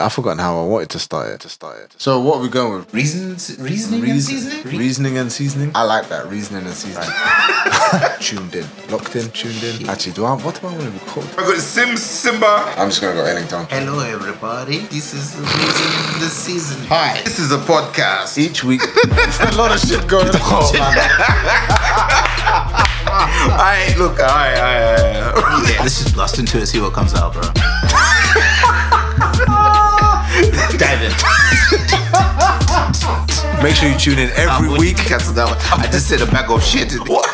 I've forgotten how I wanted to start it. To start it. So what are we going with? Reasons, reasoning, and Reason- seasoning. Reasoning and seasoning. I like that reasoning and seasoning. tuned in, locked in, tuned in. Actually, do I? What do I want to be called? I got Sims Simba. I'm just gonna go Ellington. Hello, everybody. This is the reason, the season. Hi. This is a podcast. Each week, Oh, a lot of shit going on. Alright, look, alright, alright, alright. Yeah, let's just blast into it, see what comes out, bro. Dive in. Make sure you tune in every I'm weak. week. Cancel that one. I just said a bag of shit. What?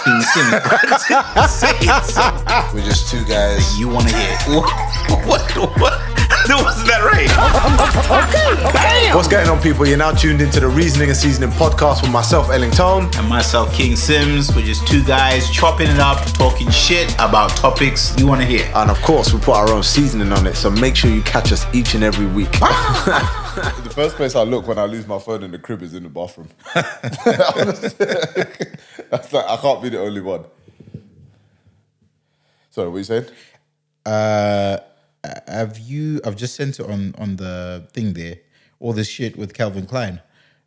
We're just two guys. you want to hear? What? What? what? No, wasn't that right? What's going on, people? You're now tuned into the Reasoning and Seasoning podcast with myself, Ellington. And myself, King Sims, we're just two guys chopping it up, talking shit about topics you want to hear. And of course, we put our own seasoning on it, so make sure you catch us each and every week. The first place I look when I lose my phone in the crib is in the bathroom. That's like, I can't be the only one. Sorry, what you saying? uh, have you? I've just sent it on on the thing there. All this shit with Calvin Klein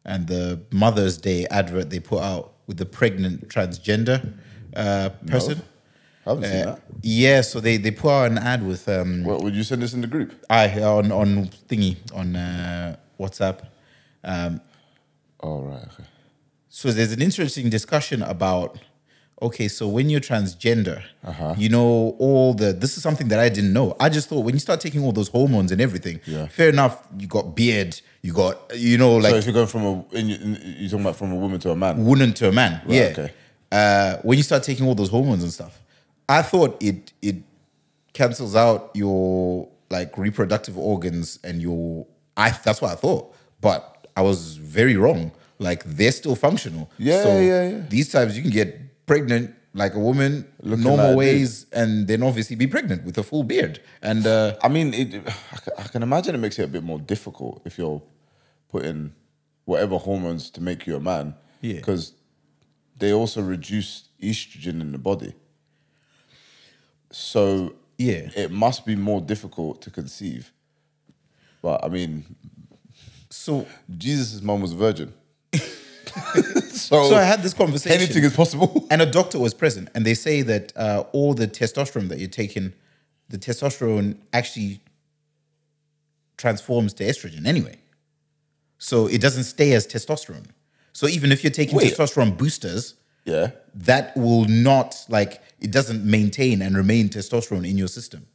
and the Mother's Day advert they put out with the pregnant transgender uh, person. I haven't seen Uh, that. yeah, so they they put out an ad with um, What, would you send this in the group? I on on thingy on uh, WhatsApp. Um, Oh, right, okay. so there's an interesting discussion about okay so when you're transgender Uh-huh. you know all the this is something that i didn't know i just thought when you start taking all those hormones and everything Yeah. fair enough you got beard you got you know like so if you're going from a, in, in, you're talking about from a woman to a man. woman to a man yeah okay. uh, when you start taking all those hormones and stuff i thought it it cancels out your like reproductive organs and your i that's what i thought but i was very wrong like they're still functional Yeah, so yeah, yeah. these times you can get pregnant like a woman Looking normal like a dude. ways and then obviously be pregnant with a full beard and uh I mean, it, I c- I can imagine it makes it a bit more difficult if you're putting whatever hormones to make you a man. Yeah. Because they also reduce estrogen in the body. So Yeah. it must be more difficult to conceive. But I mean, so Jesus' mum was a virgin. so, so i had this conversation anything is possible. and a doctor was present, and they say that uh, all the testosterone that you're taking, the testosterone actually transforms to estrogen anyway. So it doesn't stay as testosterone. So even if you're taking Wait. testosterone boosters, yeah. that will not like it doesn't maintain and remain testosterone in your system.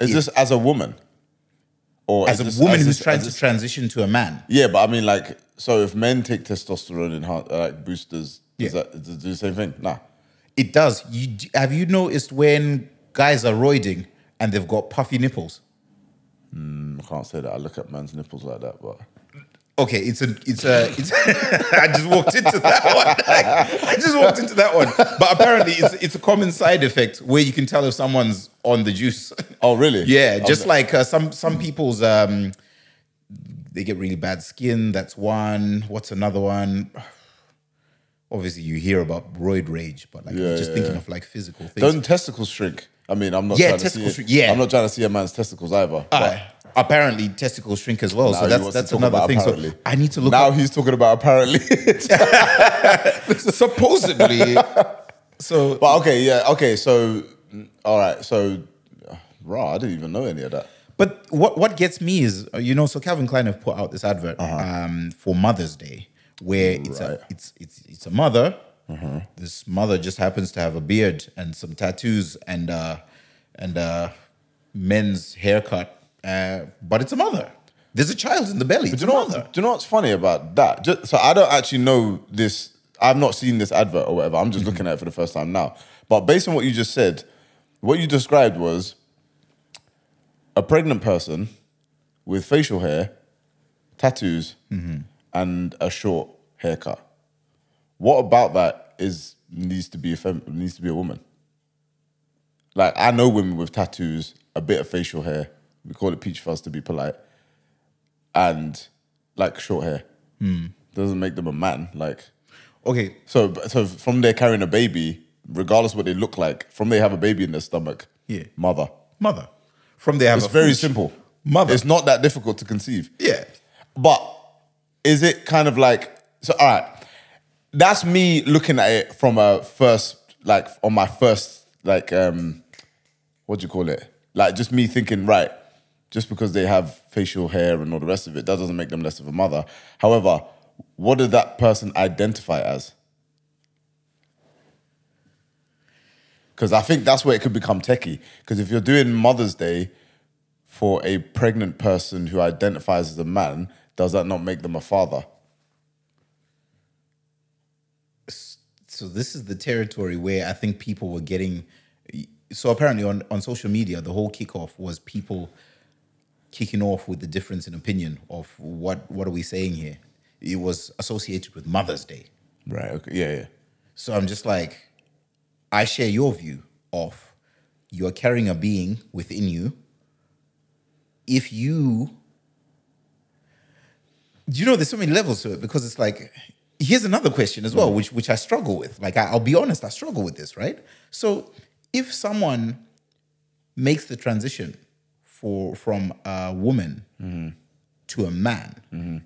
Is this as a woman? Or As is this- a woman as who's this- trying as to this- transition to a man, Yeah, but I mean, like, so if men take testosterone and heart, uh, like boosters, Yeah. is that does it do the same thing? Nah. it does. You d- have you noticed when guys are roiding and they've got puffy nipples? I can't say that. I look at man's nipples like that, but Okay, it's a, it's a, it's, I just walked into that one. I just walked into that one. But apparently, it's it's a common side effect where you can tell if someone's on the juice. oh really? yeah, just I'm- like uh, some some people's um, they get really bad skin. That's one. What's another one? Obviously, you hear about roid rage, but like Yeah, I'm just yeah, thinking yeah. of like physical things. don't testicles shrink? I mean, I'm not. Yeah, trying to see testicles it- shrink, yeah. I'm not trying to see a man's testicles either. Uh, apparently, testicles shrink as well. Now so he that's wants to that's talk another about thing. apparently. So I need to look. now up- he's talking about apparently. supposedly. So but okay, yeah, okay. So, mm, all right. So, uh, raw. I didn't even know any of that. But what what gets me is uh, you know, so Calvin Klein have put out this advert um, for Mother's Day, where it's Uh-huh. Right. Mm-hmm. a it's it's it's a mother. This mother just happens to have a beard and some tattoos and uh, and uh, men's haircut, uh, but it's a mother. There's a child in the belly. It's Do a you know? mother. What, do you know what's funny about that? Ju- so I don't actually know this. I've not seen this advert or whatever. I'm just looking at it for the first time now. But based on what you just said, what you described was a pregnant person with facial hair, tattoos, and a short haircut. What about that is needs to be a fem- needs to be a woman? Like I know women with tattoos, a bit of facial hair. We call it peach fuzz to be polite and like short hair doesn't make them a man. Like Okay, so, so from there carrying a baby, regardless what they look like, from they have a baby in their stomach. Yeah. mother. mother. From there, have It's a very fooch. simple. Mother. It's not that difficult to conceive. yeah. But is it kind of like so? All right, that's me looking at it from a first, like on my first, like um, what do you call it? Like just me thinking, right? Just because they have facial hair and all the rest of it, that doesn't make them less of a mother. However, what did that person identify as? Because I think that's where it could become techie. Because if you're doing Mother's Day for a pregnant person who identifies as a man, does that not make them a father? so this is the territory where I think people were getting. So apparently on, on social media, the whole kickoff was people kicking off with the difference in opinion of what what are we saying here. It was associated with Mother's Day. Right. Okay. Yeah. Yeah. So I'm just like, I share your view of you are carrying a being within you. If you, you know, there's so many levels to it because it's like, here's another question as well, which which I struggle with. Like, I, I'll be honest, I struggle with this, right? So if someone makes the transition for from a woman to a man,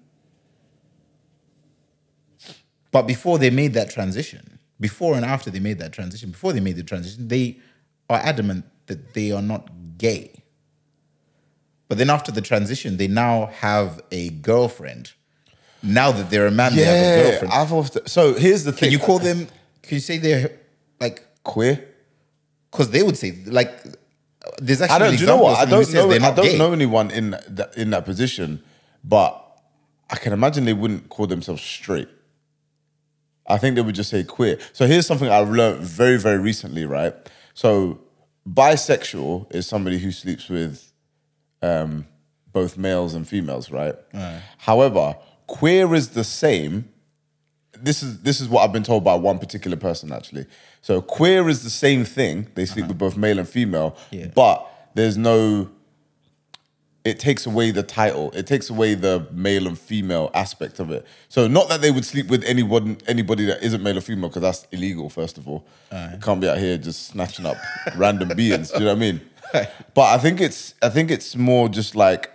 But before they made that transition, before and after they made that transition, before they made the transition, they are adamant that they are not gay. But then after the transition, they now have a girlfriend. Now that they're a man, they have a girlfriend. I've often, so here's the thing. Can you call them? Can you say they're like? queer? Because they would say like. There's actually I don't. an Do you know example what? of I someone who don't says know. they're I not don't gay. know anyone in that in that position, but I can imagine they wouldn't call themselves straight. I think they would just say queer. So here's something I learned very, very recently. Right. So bisexual is somebody who sleeps with um, both males and females. Right. However, queer is the same this is this is what I've been told by one particular person actually. So queer is the same thing. They sleep with both male and female, Yeah. but there's no. It takes away the title. It takes away the male and female aspect of it. So not that they would sleep with anyone, anybody that isn't male or female, because that's illegal. First of all, You can't be out here just snatching up random beings. Do you know what I mean? But I think it's I think it's more just like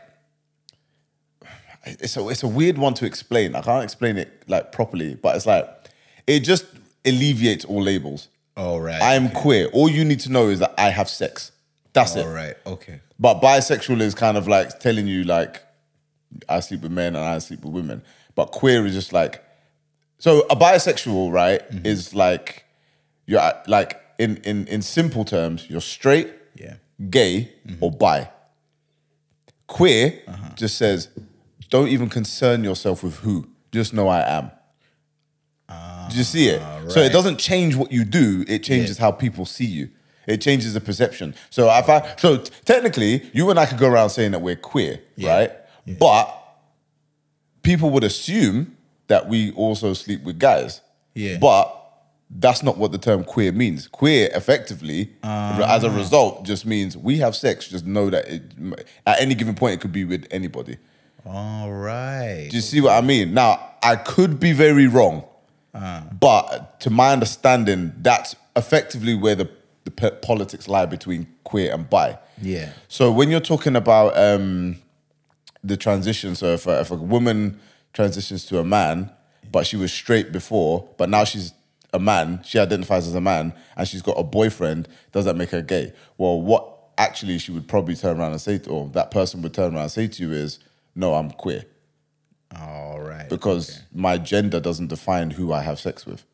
it's a it's a weird one to explain. I can't explain it like properly, but it's like it just alleviates all labels. All right. I am queer. All you need to know is that I have sex. That's All it. right. Okay. But bisexual is kind of like telling you like I sleep with men and I sleep with women. But queer is just like so a bisexual, right, is like you're at- like in in in simple terms, you're straight, Yeah. gay, or bi. Queer just says, don't even concern yourself with who. Just know I am. Do you see it? So it doesn't change what you do. It changes how people see you. It changes the perception. So if I so t- technically, you and I could go around saying that we're queer, right? But people would assume that we also sleep with guys. Yeah. But that's not what the term queer means. Queer, effectively, re- as a result, just means we have sex. Just know that it, m- at any given point, it could be with anybody. All right. Do you see what I mean? Now, I could be very wrong, but to my understanding, that's effectively where the, the p- politics lie between queer and bi. Yeah. So when you're talking about um, the transition, so if a, if a woman transitions to a man, but she was straight before, but now she's a man, she identifies as a man, and she's got a boyfriend, does that make her gay? Well, what actually she would probably turn around and say, to, or that person would turn around and say to you is, no, I'm queer All right. because my gender doesn't define who I have sex with,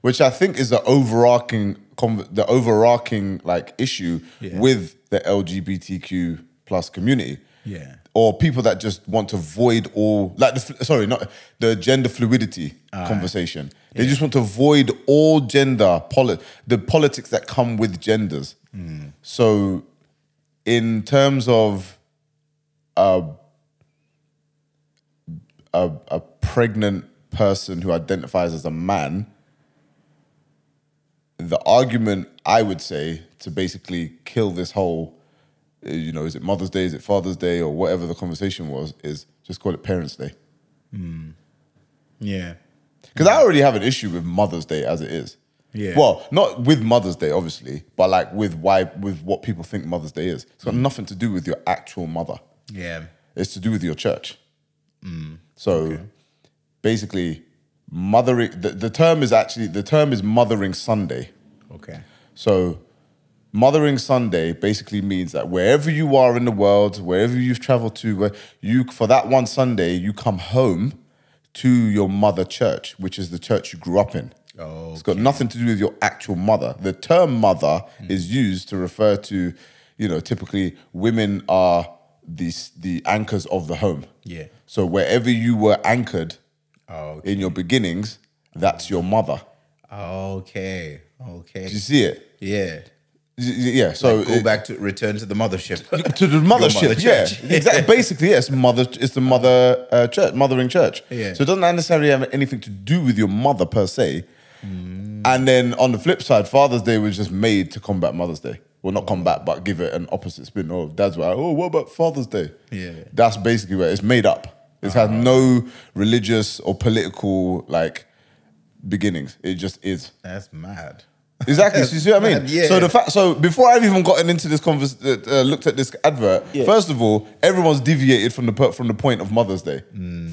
which I think is the overarching con- the overarching like issue with the LGBTQ plus community. Yeah. Or people that just want to void all like the, fl- sorry not the gender fluidity conversation. They just want to void all gender poli- the politics that come with genders. So, in terms of a pregnant person who identifies as a man, the argument I would say to basically kill this whole, uh, you know, is it Mother's Day, is it Father's Day, or whatever the conversation was, is just call it Parents' Day. Yeah. Because I already have an issue with Mother's Day as it is. Yeah. Well, not with Mother's Day, obviously, but like with why, with what people think Mother's Day is. It's got nothing to do with your actual mother. Yeah. It's to do with your church. so basically, mothering the, the term is actually the term is mothering Sunday. Okay. So, Mothering Sunday basically means that wherever you are in the world, wherever you've traveled to, where you for that one Sunday you come home to your mother church, which is the church you grew up in. Oh, It's got nothing to do with your actual mother. The term mother is used to refer to, you know, typically women are the the anchors of the home. Yeah. So wherever you were anchored Oh, in your beginnings, that's your mother. Okay. Okay. Do you see it? yeah. Y- y- Yeah. So Go it- back to return to the mothership. to the mothership. mother yeah, church. exactly. Basically, yes, mother. It's the mother uh, church, mothering church. Yeah. So it doesn't necessarily have anything to do with your mother per se. And then on the flip side, Father's Day was just made to combat Mother's Day. Well, not combat, but give it an opposite spin. Oh, Dad's like, oh, what about Father's Day? Yeah. That's basically where it's made up. It has no religious or political like beginnings. It just is. That's mad. Exactly. so you see what I mean? Mad, yeah. So the fact. So before I've even gotten into this convers, uh, uh, looked at this advert. First of all, everyone's deviated from the per- from the point of Mother's Day.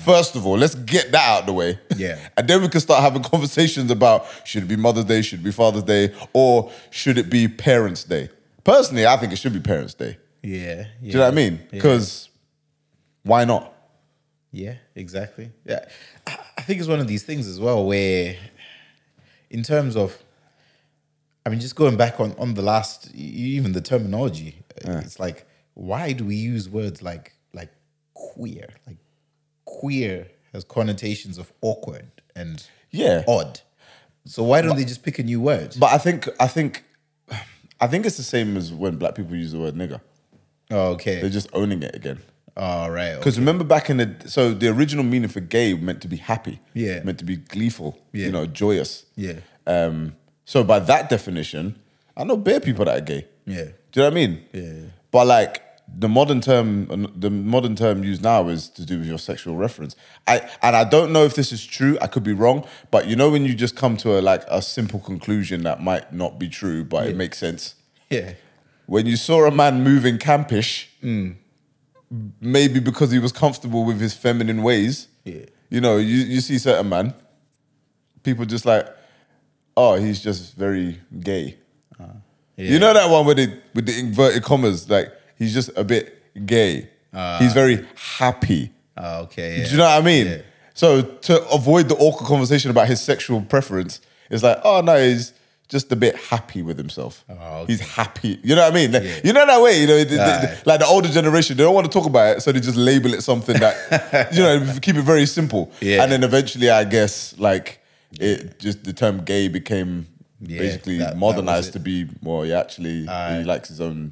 First of all, let's get that out of the way. Mm. Yeah. and then we can start having conversations about should it be Mother's Day, should it be Father's Day, or should it be Parents' Day? Personally, I think it should be Parents' Day. Yeah. yeah. Do you know what I mean? Because why not? Yeah, exactly. Yeah, I I think it's one of these things as well where, in terms of, I mean, just going back on on the last, e- even the terminology, it's like, why do we use words like like queer? Like queer has connotations of awkward and Yeah. odd. So why don't they just pick a new word? But I think I think I think it's the same as when black people use the word nigger. oh, They're okay. just owning it again. All right. oh, Because remember back in the so the original meaning for gay meant to be happy, Yeah. meant to be gleeful, Yeah. you know, joyous. Yeah. Um, so by that definition, I know bare people that are gay. Yeah. Do you know what I mean? Yeah. But like the modern term, uh, the modern term used now is to do with your sexual reference. I and I don't know if this is true. I could be wrong, but you know when you just come to a like a simple conclusion that might not be true, but it makes sense Yeah. when you saw a man moving campish, maybe because he was comfortable with his feminine ways, Yeah. you know, you, you see certain man, people just like, oh, he's just very gay. You know that one with the with the inverted commas, like he's just a bit gay. he's very happy. Ah, okay. Yeah. Do you know what I mean? Yeah. So to avoid the awkward conversation about his sexual preference, it's like, oh no, he's just a bit happy with himself. Oh, okay. He's happy. You know what I mean? Like, You know that way. You know, the- the- the- Aye. like the older generation, they don't want to talk about it, so they just label it something that you know keep it very simple. Yeah. And then eventually, I guess like it just the term gay became Yeah, basically that- that was modernized it. to be well, he actually he likes his own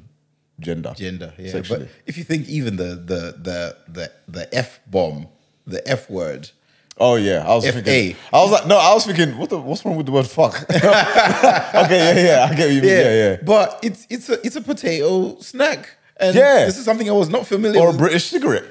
gender. gender. Yeah, sexually. but if you think even the the the the the f bomb, the f word. Oh yeah, I was F thinking. I was like, no, I was thinking, what the, what's wrong with the word fuck? okay, yeah, yeah, I get what you mean. Yeah, yeah. But it's it's a it's a potato snack, and Yeah. this is something I was not familiar Or a with British cigarette.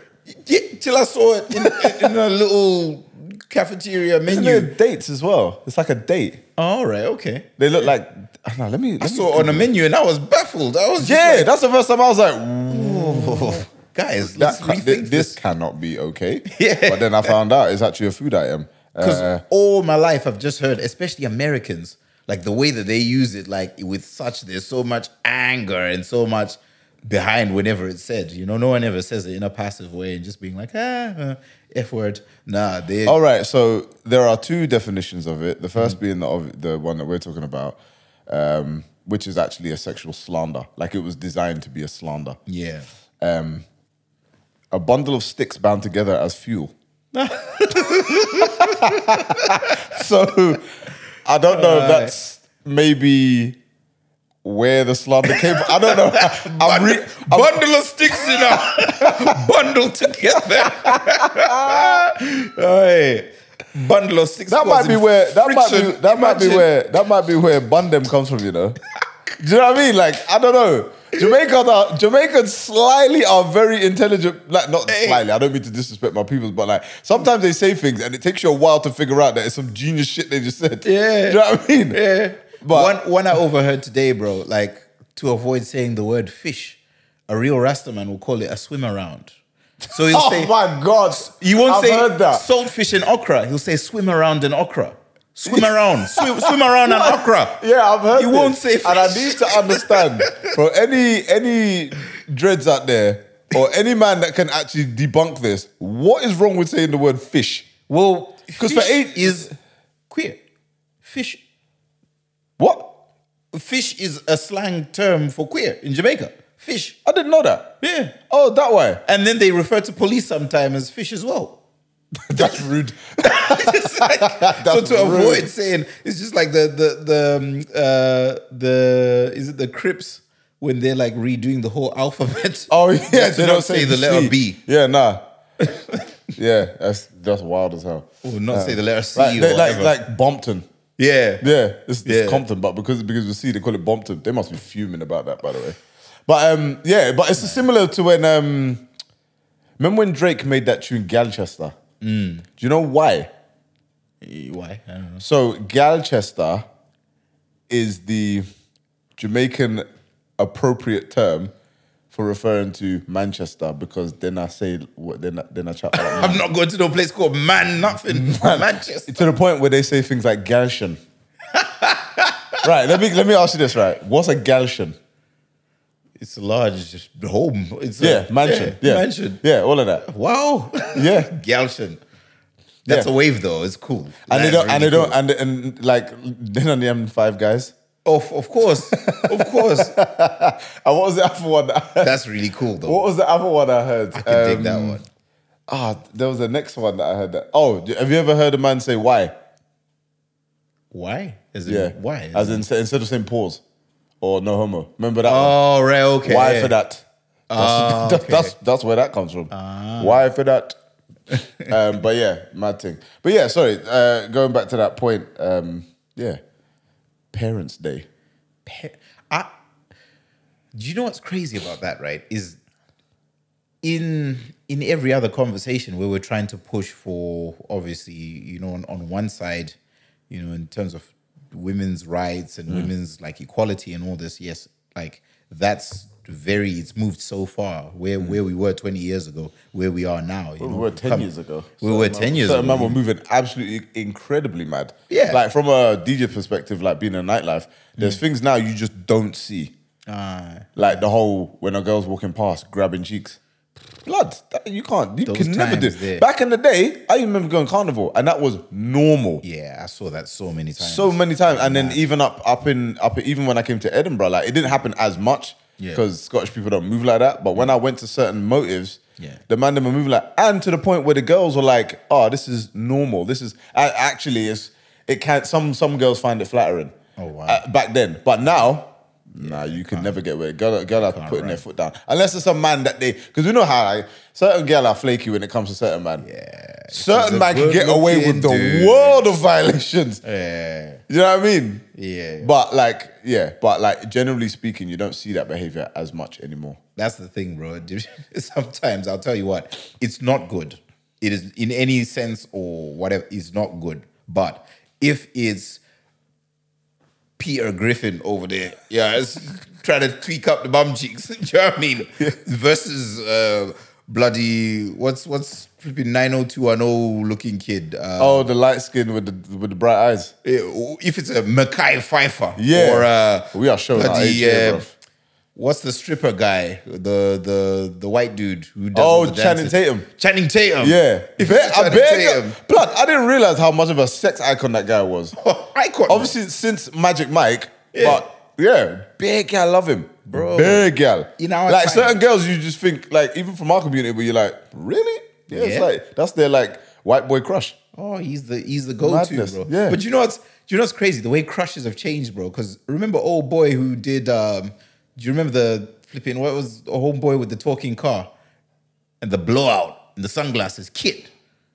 Yeah, till I saw it in, in, in a little cafeteria Isn't menu. there dates as well? It's like a date. All right, okay. Mm-hmm. They look like. I don't know, let me. Let I me saw it on a menu and I was baffled. I was just yeah, like, that's the first time I was like, "Whoa, guys, that let's ca- rethink thi- this, this cannot be okay. Yeah. But then I found out it's actually a food item. Because Uh, all my life I've just heard, especially Americans, like the way that they use it, like with such there's so much anger and so much behind whenever it's said. You know, no one ever says it in a passive way and just being like, ah, uh, F word. Nah, they All right, so there are two definitions of it. The 1st being the of the one that we're talking about, um, which is actually a sexual slander. Like it was designed to be a slander. Yeah. A bundle of sticks bound together as fuel. so I don't know if that's maybe where the slander came from. I don't know. I'm re- Bundle of sticks in a bundle together. Aye. Bundle of sticks. that might be causing where that might be friction. that might be Imagine. where that might be where Bundem comes from, you know. Do you know what I mean? Like I don't know. Jamaicans are Jamaicans slyly are very intelligent. Like not slyly. I don't mean to disrespect my peoples, but like sometimes they say things and it takes you a while to figure out that it's some genius shit they just said. Yeah. Do you know what I mean? Yeah. But- one one I overheard today, bro, like to avoid saying the word fish, a real Rastaman will call it a swim around. So he'll Oh say, my God. you won't I've say heard that. saltfish and okra. He'll say swim around an okra. Swim around, swim, swim around an okra. Yeah, I've heard. You this. won't say And I fish. need to understand for any any dreads out there or any man that can actually debunk this. What is wrong with saying the word fish? Well, 'Cause for fish eight- is queer. Fish, What? fish is a slang term for queer in Jamaica. Fish, I didn't know that. yeah. Oh, that way. And then they refer to police sometimes as fish as well. That's rude. It's like- so That's to rude. avoid saying it's just like the the the um, uh, the is it the Crips when they're like redoing the whole alphabet? Oh yeah, Just to they not don't say the letter C. B Yeah, nah. yeah, that's that's wild as hell. or Oh, not say the letter C Like, or they- like whatever. like Bompton. yeah, Yeah, it's, Yeah. it's Compton, but because because we see they call it Bompton, they must be fuming about that, by the way. But um, yeah, but it's similar to when um, remember when Drake made that tune Galchester? Do you know why? Why? I don't know. So Galchester is the Jamaican appropriate term for referring to Manchester because then I say what then I- then I chat about I'm not going to no place called Man Nothing Manchester. to the point where they say things like Galshan. right, let me let me ask you this, right? What's a Galshan? It's a large home. It's a- Yeah, mansion. Yeah, mansion. Yeah, all of that. Wow. Yeah. Galshan. That's Yeah. a wave though. It's cool. And they That's don't, and really they cool. don't, and, and like, then on the M five guys. Of, of course, of course. And what was the other one? that- That's really cool though. what was the other one I heard? Um, I can dig that one. Ah, there was the next one that I heard. That oh, have you ever heard a man say why? Why? As in, Yeah, Why? As in instead of saying pause or no homo. Remember that? one? oh, right. Okay. Why for that? That's, Ah, that- okay. Ah. that's that's where that comes from. Why for that? um, but yeah, mad thing. But yeah, sorry. Uh, going back to that point. Um, yeah, Parents' Day. Pe- I, do you know what's crazy about that? Right? Is in in every other conversation where we're trying to push for obviously you know on, on one side you know in terms of women's rights Hmm. and women's like equality and all this yes like that's very it's moved so far where where we were 20 years ago where we are now you Hmm. We know, were ten come- years ago. we were 10 years Certain ago man were moving absolutely incredibly mad. Yeah. Mm. Like from a DJ perspective, like being in nightlife, there's things now you just don't see. Ah, like the whole when a girl's walking past grabbing cheeks. Blood, that, you can't, you Those can never do. times there. Back in the day, I remember going carnival, and that was normal. yeah i saw that so many times So many times, and then even up, up in, up even when I came to Edinburgh, like it didn't happen as much Yeah. because Scottish people don't move like that. But when I went to certain motives, Yeah. the man them were moving like, and to the point where the girls were like, "Oh, this is normal. This is a- actually it's it can't." Some some girls find it flattering. Oh, wow. Uh, back then, but now. nah, you can never get away. Girl, a girl are putting their foot down unless it's a man that they because we know how like, certain girl are flaky when it comes to certain man. Yeah. certain She's a man can get away with the good-looking dude. world of violations. yeah You know what I mean? Yeah. But like, yeah, but like, generally speaking, you don't see that behavior as much anymore. That's the thing, bro. Sometimes I'll tell you what, it's not good. It is in any sense or whatever, it's not good. But if it's Peter Griffin over there, yeah, it's trying to tweak up the bum cheeks. Do you know what I mean? Versus uh, bloody what's what's flipping 90210 looking kid. Uh, Oh, the light skin with the with the bright eyes. Eh, if it's a Mackay Pfeiffer Yeah. or uh, We are showing our age here, uh, bruv. what's the stripper guy, the the the white dude who does Oh, all the Channing dances? Tatum. Channing Tatum, Yeah, Um, If Bare- it's I Channing bare- Tatum, blood. I didn't realize how much of a sex icon that guy was. icon. Obviously, since Magic Mike, Yeah. but yeah, big gal love him, Bro. Big gal. You know, I like find- certain girls, you just think like even from our community, where you're like, really? Yeah, it's Yeah. like that's their like white boy crush. Oh, he's the he's the go-to, Madness, bro. yeah. But you know what's you know what's crazy? The way crushes have changed, bro. Because remember old boy who did um do you remember the flipping what was a homeboy with the talking car and the blowout and the sunglasses? Kid.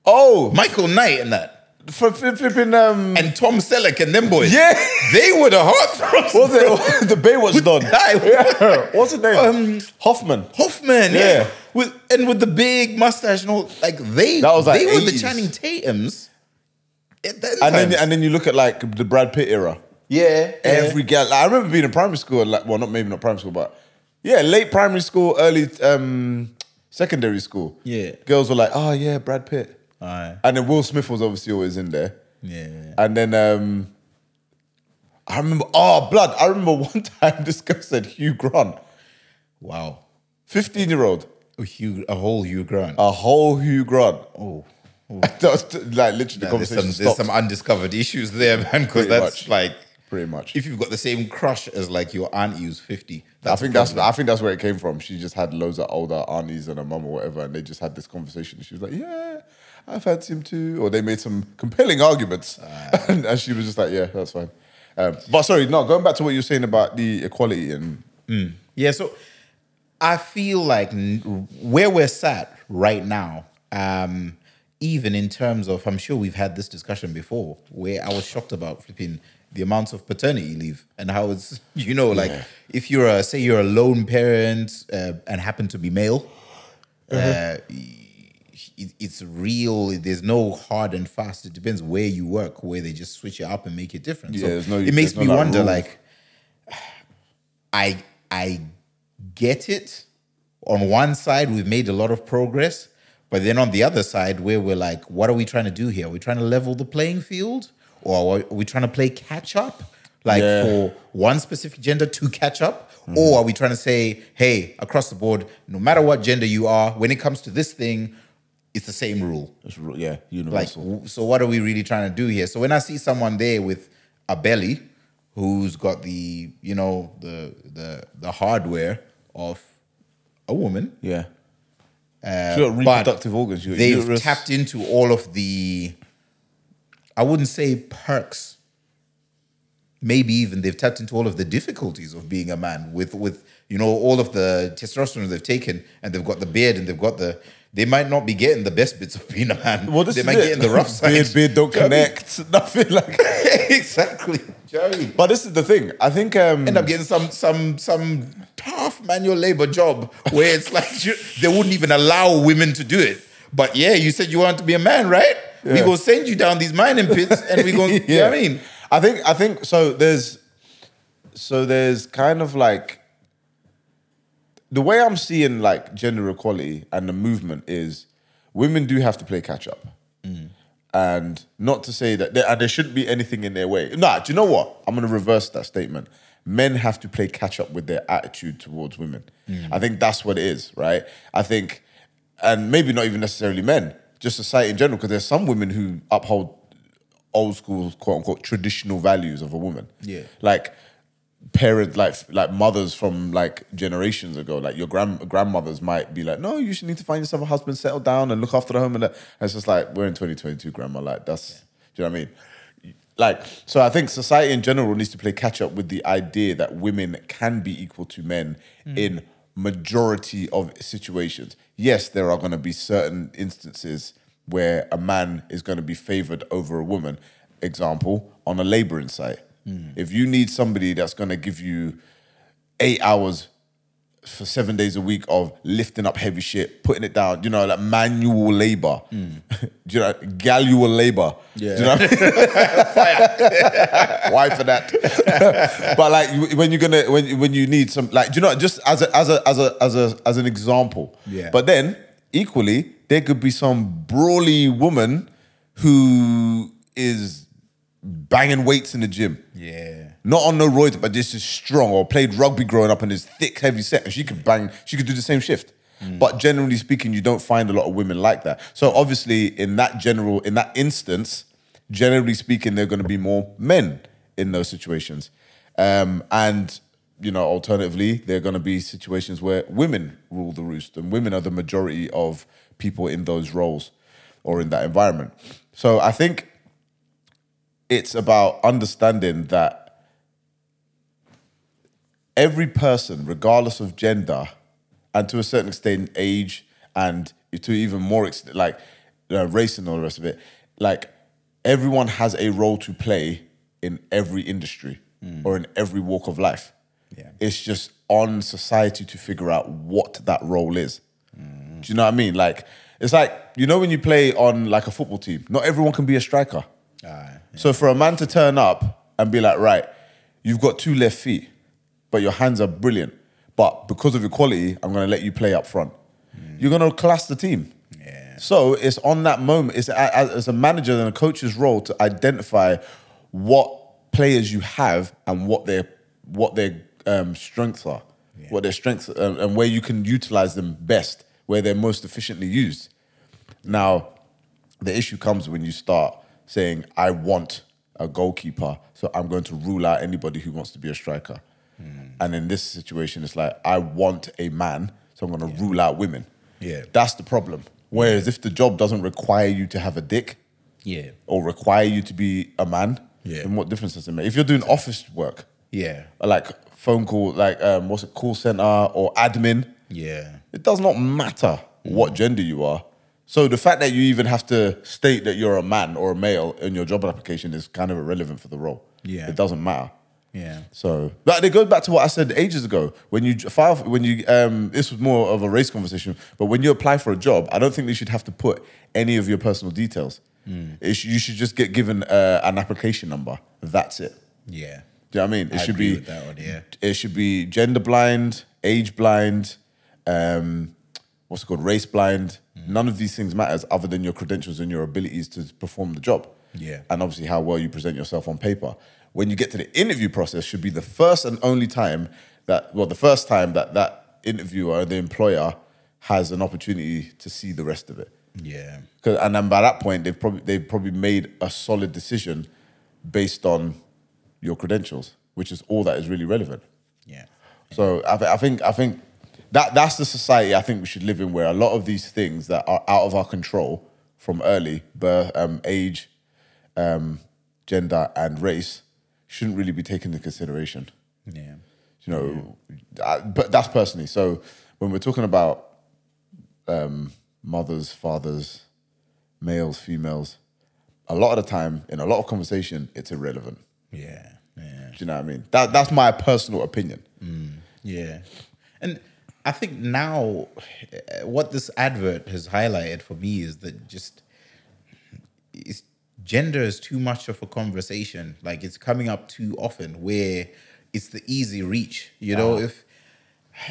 Oh, Michael Knight and that. for fli- flipping um, And Tom Selleck and them boys. Yeah. They were the heartthrobs. what was it? the Baywatch Don. Aye. Yeah. What's his name? Um, Hoffman. Hoffman, yeah. Yeah. With and with the big mustache and all like they That was like they were the 80s. Channing Tatums. at that And then times. and then you look at like the Brad Pitt era. yeah. Every girl. like, I remember being in primary school, like, well, not maybe not primary school, but yeah, late primary school, early um, secondary school. Yeah. Girls were like, oh yeah, Brad Pitt. Aye. And then Will Smith was obviously always in there. Yeah. And then um, I remember, oh, blood. I remember one time this girl said Hugh Grant, Wow. 15 year old, A, Hugh, a whole Hugh Grant. a whole Hugh Grant. oh. That was t- like literally the Nah, there's, conversation some, there's stopped. some undiscovered issues there, man, because Pretty that's much. like, pretty much. if you've got the same crush as like your auntie who's 50, I think that's I think that's where it came from. She just had loads of older aunties and her mum or whatever, and they just had this conversation. She was like, "Yeah, I fancy him too," or they made some compelling arguments, and, and she was just like, "Yeah, that's fine." Um, but sorry, no. Going back to what you were saying about the equality and Yeah, so I feel like n- where we're sat right now, um, even in terms of, I'm sure we've had this discussion before, where I was shocked about flipping the amounts of paternity leave and how it's, you know, like if you're a, say you're a lone parent uh, and happen to be male, uh, it, it's real. There's no hard and fast. It depends where you work, where they just switch it up and make it different. Yeah, so there's no- it makes there's me no, like, wonder, rules. like, I I get it. On one side, we've made a lot of progress, but then on the other side, where we're like, what are we trying to do here? Are we trying to level the playing field, or are we trying to play catch up, like Yeah. for one specific gender to catch up, or are we trying to say, hey, across the board, no matter what gender you are, when it comes to this thing, it's the same rule. It's ru- yeah, Like, universal. w- so what are we really trying to do here? So when I see someone there with a belly, who's got the you know the the the hardware of a woman, yeah, she got but reproductive organs. She got they've uterus. tapped into all of the, I wouldn't say perks. Maybe even they've tapped into all of the difficulties of being a man with with you know all of the testosterone they've taken and they've got the beard and they've got the they might not be getting the best bits of being a man. Well, this they is might it. get in the rough side. Beard, beard don't Do you know what I mean? connect. Nothing like. exactly. Jerry. But this is the thing. I think um, End up getting some some some tough manual labor job where it's like you, they wouldn't even allow women to do it. But yeah, you said you wanted to be a man, right? We Yeah. go send you down these mining pits, and we go. You know what I mean? I think I think so. There's so there's kind of like the way I'm seeing like gender equality and the movement is women do have to play catch up, and not to say that there, and there shouldn't be anything in their way. Nah, do you know what? I'm gonna reverse that statement. Men have to play catch up with their attitude towards women. I think that's what it is, right? I think, and maybe not even necessarily men, just society in general, because there's some women who uphold old school quote unquote traditional values of a woman. Yeah. Like parents like like mothers from like generations ago, like your grand grandmothers might be like, No, you should need to find yourself a husband, settle down and look after the home and, that. and it's just like we're in twenty twenty two, grandma. Like that's do you know what I mean? Like, so I think society in general needs to play catch up with the idea that women can be equal to men in majority of situations. Yes, there are going to be certain instances where a man is going to be favored over a woman. Example on a laboring site. If you need somebody that's going to give you eight hours for seven days a week of lifting up heavy shit, putting it down, you know, like manual labor, you know, gallual labor. Yeah. You know what I mean? why for that? but like you- when you're gonna when you- when you need some like do you know just as a as a as a as a as an example. Yeah. But then equally there could be some brawly woman who is banging weights in the gym. Yeah. Not on no roids, but just is strong or played rugby growing up and is thick, heavy set, and she could bang, she could do the same shift. But generally speaking, you don't find a lot of women like that. So obviously, in that general, in that instance, generally speaking, there are going to be more men in those situations. Um, and you know, alternatively, there are going to be situations where women rule the roost, and women are the majority of people in those roles or in that environment. So I think it's about understanding that every person, regardless of gender, and to a certain extent age, and to even more extent, like uh, race and all the rest of it, like everyone has a role to play in every industry or in every walk of life. Yeah. It's just on society to figure out what that role is. Do you know what I mean? Like, it's like, you know, when you play on like a football team, not everyone can be a striker. Aye. So for a man to turn up and be like, right, you've got two left feet, but your hands are brilliant. But because of your quality, I'm going to let you play up front. you're going to class the team. Yeah. So it's on that moment. It's a- a- as a manager and a coach's role to identify what players you have and what their what their um, strengths are, what their strengths um, and where you can utilize them best, where they're most efficiently used. Now, the issue comes when you start saying, I want a goalkeeper, so I'm going to rule out anybody who wants to be a striker. Hmm. And in this situation, it's like, I want a man, so I'm going to rule out women. Yeah. That's the problem. Whereas if the job doesn't require you to have a dick Yeah. or require you to be a man, Yeah. then what difference does it make? If you're doing office work, Yeah. like phone call, like um, what's it, call center or admin, Yeah. it does not matter what gender you are. So the fact that you even have to state that you're a man or a male in your job application is kind of irrelevant for the role. Yeah. it doesn't matter. Yeah. So, but it goes back to what I said ages ago. When you file, when you um, this was more of a race conversation. But when you apply for a job, I don't think they should have to put any of your personal details. It sh- you should just get given uh, an application number. That's it. Yeah. Do you know what I mean? It I should agree be with that one, yeah. It should be gender blind, age blind, um, what's it called, race blind. Mm. None of these things matters other than your credentials and your abilities to perform the job. Yeah. And obviously how well you present yourself on paper. When you get to the interview process, should be the first and only time that well, the first time that that interviewer, the employer, has an opportunity to see the rest of it. Yeah. 'Cause- and then by that point, they've probably they've probably made a solid decision based on your credentials, which is all that is really relevant. Yeah. So I, th- I think I think that that's the society I think we should live in, where a lot of these things that are out of our control from early birth, um, age, um, gender, and race shouldn't really be taken into consideration Yeah. you know, I, but that's personally. So when we're talking about um, mothers, fathers, males, females, a lot of the time in a lot of conversation, it's irrelevant. Yeah. Yeah. Do you know what I mean? That, that's my personal opinion. Yeah. And I think now eh, what this advert has highlighted for me is that just it's, gender is too much of a conversation. Like it's coming up too often where it's the easy reach. You know, if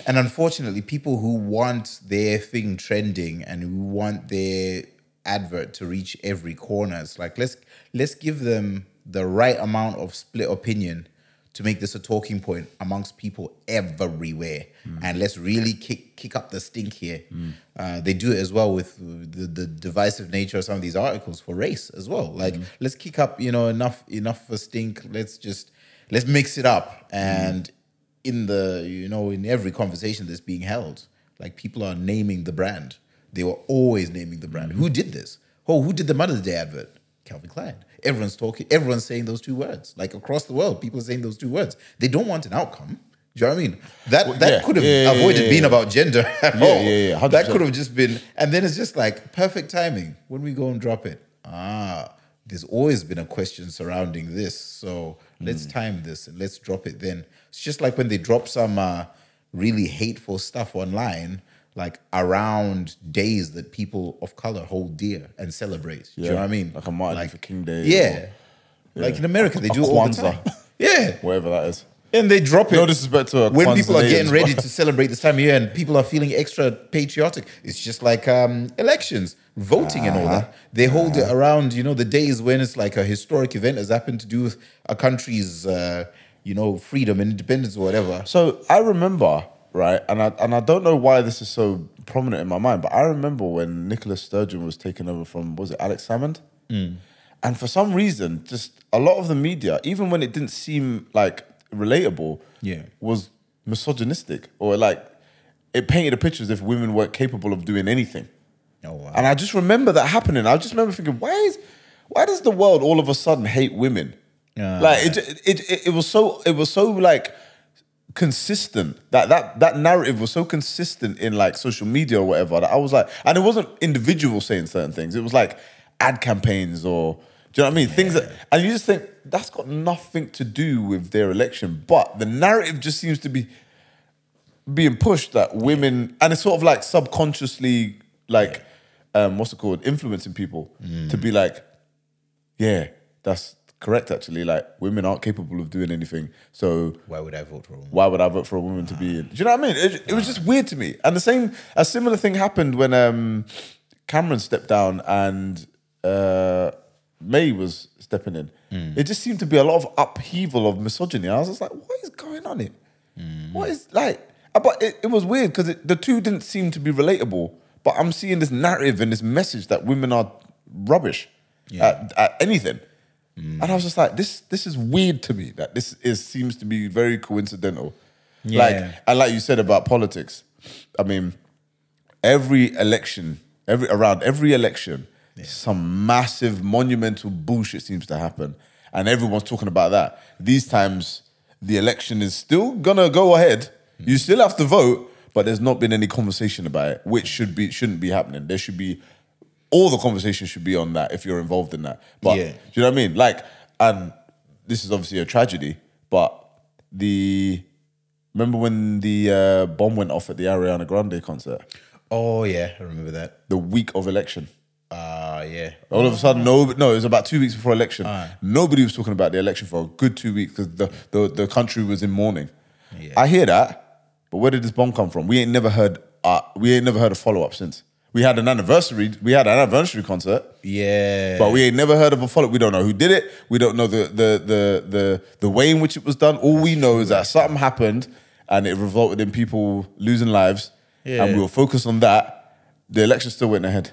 and unfortunately, people who want their thing trending and who want their advert to reach every corner, it's like let's let's give them the right amount of split opinion to make this a talking point amongst people everywhere, and let's really kick kick up the stink here. Uh, they do it as well with the, the divisive nature of some of these articles for race as well. Like let's kick up, you know, enough enough for stink. Let's just let's mix it up and in the you know in every conversation that's being held like people are naming the brand they were always naming the brand who did this oh who did the mother's day advert calvin klein everyone's talking everyone's saying those two words like across the world people are saying those two words they don't want an outcome do you know what I mean? That that yeah. could have Yeah, yeah, avoided yeah, being yeah. about gender at Yeah, all. yeah, yeah, 100%. that could have just been, and then it's just like perfect timing when we go and drop it. Ah, there's always been a question surrounding this, so Mm. let's time this and let's drop it. Then it's just like when they drop some uh, really hateful stuff online, like around days that people of color hold dear and celebrate. Do you know what I mean? Like a Martin Luther King Day Yeah. like in America, they do it all the Kwanzaa. time. Yeah, Whatever that is. and they drop it No disrespect to a when people are Kwanzaa getting as ready well. to celebrate this time of year and people are feeling extra patriotic. It's just like um, elections, voting, and all Uh-huh. that. They hold it around, you know, the days when it's like a historic event has happened to do with a country's, uh, you know, freedom and independence or whatever. So I remember, right, and I and I don't know why this is so prominent in my mind, but I remember when Nicholas Sturgeon was taken over from what was it Alex Salmond, and for some reason, just a lot of the media, even when it didn't seem like relatable, Yeah. was misogynistic or like it painted a picture as if women weren't capable of doing anything. Oh, wow. And I just remember that happening. I just remember thinking, why is, why does the world all of a sudden hate women? Ah. like it, ju- it, it, it was so, it was so like consistent that that that narrative was so consistent in like social media or whatever that I was like, and it wasn't individual saying certain things. It was like ad campaigns or do you know what I mean? Things that, and you just think that's got nothing to do with their election, but the narrative just seems to be being pushed that women and it's sort of like subconsciously like um what's it called influencing people to be like yeah that's correct actually. Like women aren't capable of doing anything. So Why would I vote for a woman? why would I vote for a woman to be in? Do you know what I mean? It, it was just weird to me. And the same, a similar thing happened when um, Cameron stepped down and uh, May was stepping in. It just seemed to be a lot of upheaval of misogyny. I was just like, what is going on here? What is like? uh, But it, it was weird because the two didn't seem to be relatable. But I'm seeing this narrative and this message that women are rubbish at, at anything. And I was just like, this this is weird to me that this is seems to be very coincidental. Yeah. Like and like you said about politics, I mean, every election, every around every election, some massive monumental bullshit seems to happen. And everyone's talking about that. These times the election is still gonna go ahead. You still have to vote, but there's not been any conversation about it, which should be shouldn't be happening. There should be all the conversation should be on that if you're involved in that. But Yeah. do you know what I mean? Like, and this is obviously a tragedy, but the remember when the uh, bomb went off at the Ariana Grande concert Oh yeah, I remember that. the week of election. Ah yeah. All of a sudden, no, no, it was about two weeks before election. Nobody was talking about the election for a good two weeks because the, the, the country was in mourning. I hear that, but where did this bomb come from? We ain't never heard. Uh, we ain't never heard a follow up since. We had an anniversary. We had an anniversary concert. Yeah. But we ain't never heard of a follow. We don't know who did it. We don't know the the the the the way in which it was done. All we know is that something happened and it resulted in people losing lives. And we were focused on that. The election still went ahead.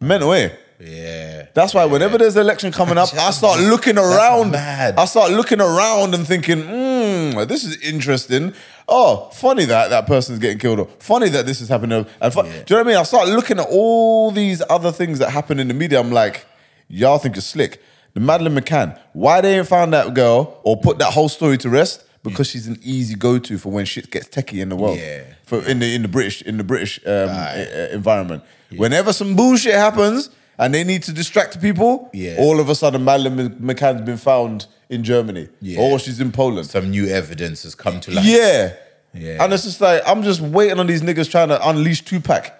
Men away. yeah. That's why whenever there's an election coming up, I start looking around. mad. I start looking around and thinking, hmm, this is interesting. Oh, funny that that person's getting killed. Or funny that this is happening. And fu- Do you know what I mean? I start looking at all these other things that happen in the media. I'm like, y'all think it's slick. The Madeline McCann, why they ain't found that girl or put that whole story to rest? Because she's an easy go-to for when shit gets techie in the world. Yeah. For in the in the British in the British um, uh, environment. Whenever some bullshit happens and they need to distract people, Yeah. all of a sudden Madeline McCann's been found in Germany Yeah. or she's in Poland. Some new evidence has come to light. yeah. Yeah. And it's just like, I'm just waiting on these niggas trying to unleash Tupac.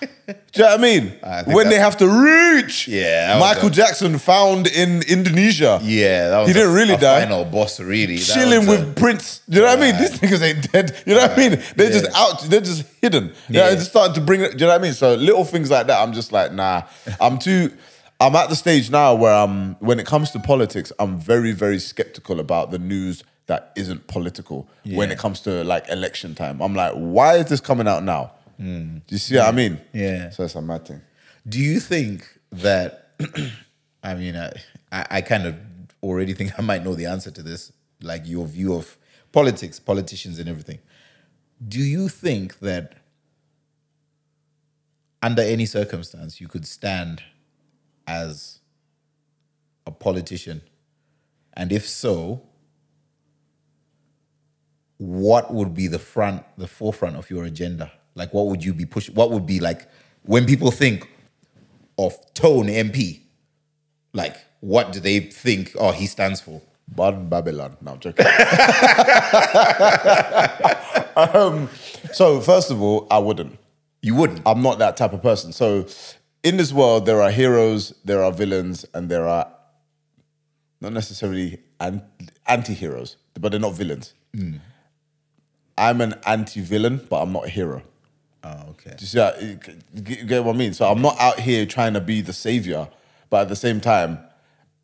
Do you know what I mean? I think when they that- have to reach. Yeah, that was Michael a- Jackson found in Indonesia. Yeah, that was He didn't really a die. Final boss, really. That Chilling was a- with Prince, you know what I mean? These niggas ain't dead, you know what I mean? They're just Yeah. out, they're just hidden. Yeah, Yeah. it's starting to bring, it- do you know what I mean? So little things like that, I'm just like, nah. I'm too. I'm at the stage now where I'm. When it comes to politics, I'm very, very skeptical about the news that isn't political. When Yeah. it comes to like election time, I'm like, why is this coming out now? Do you see what I mean? Hmm. Yeah. So it's a mad thing. Do you think that? I mean, I, I I kind of already think I might know the answer to this, like your view of politics, politicians, and everything. Do you think that under any circumstance you could stand as a politician? And if so, what would be the front, the forefront of your agenda? Like, what would you be pushing? What would be like when people think of Tone MP? Like, what do they think? Oh, he stands for. Barn Babylon. No, I'm joking. um, so first of all, I wouldn't. You wouldn't. I'm not that type of person. So in this world, there are heroes, there are villains, and there are not necessarily an- anti-heroes, but they're not villains. Hmm. I'm an anti-villain, but I'm not a hero. Oh, okay. Do you see that? You g- you get what I mean? So I'm not out here trying to be the savior, but at the same time,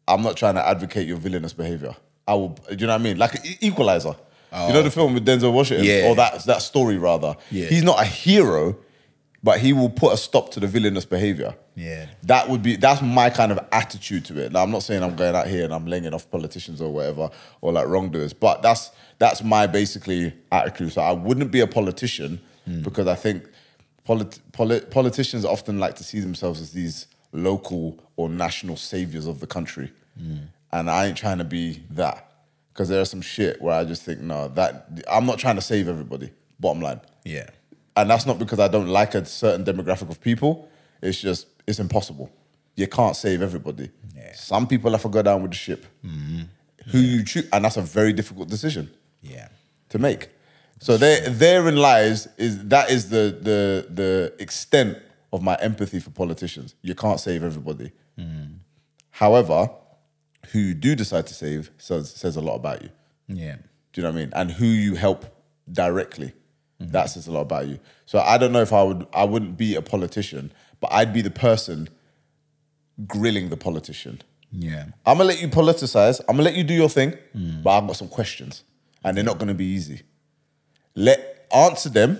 I'm not trying to advocate your villainous behavior. I will, do you know what I mean? Like E- Equalizer. You know the film with Denzel Washington, Oh. Yeah. or that that story rather. Yeah. He's not a hero, but he will put a stop to the villainous behavior. Yeah. That would be that's my kind of attitude to it. Now I'm not saying I'm going out here and I'm laying off politicians or whatever or like wrongdoers, but that's that's my basically attitude. So I wouldn't be a politician because I think polit- polit- politicians often like to see themselves as these local or national saviors of the country, and I ain't trying to be that because there are some shit where I just think no that I'm not trying to save everybody. Bottom line, Yeah. and that's not because I don't like a certain demographic of people. It's just it's impossible. You can't save everybody. Some people have to go down with the ship. Who you choose, and that's a very difficult decision Yeah. to make. So there, therein lies is that is the the the extent of my empathy for politicians. You can't save everybody. However, who do decide to save says says a lot about you. Yeah. Do you know what I mean? And who you help directly. That says a lot about you. So I don't know if I would I wouldn't be a politician, but I'd be the person grilling the politician. Yeah. I'm gonna let you politicize, I'm gonna let you do your thing, but I've got some questions. And they're not gonna be easy. Let answer them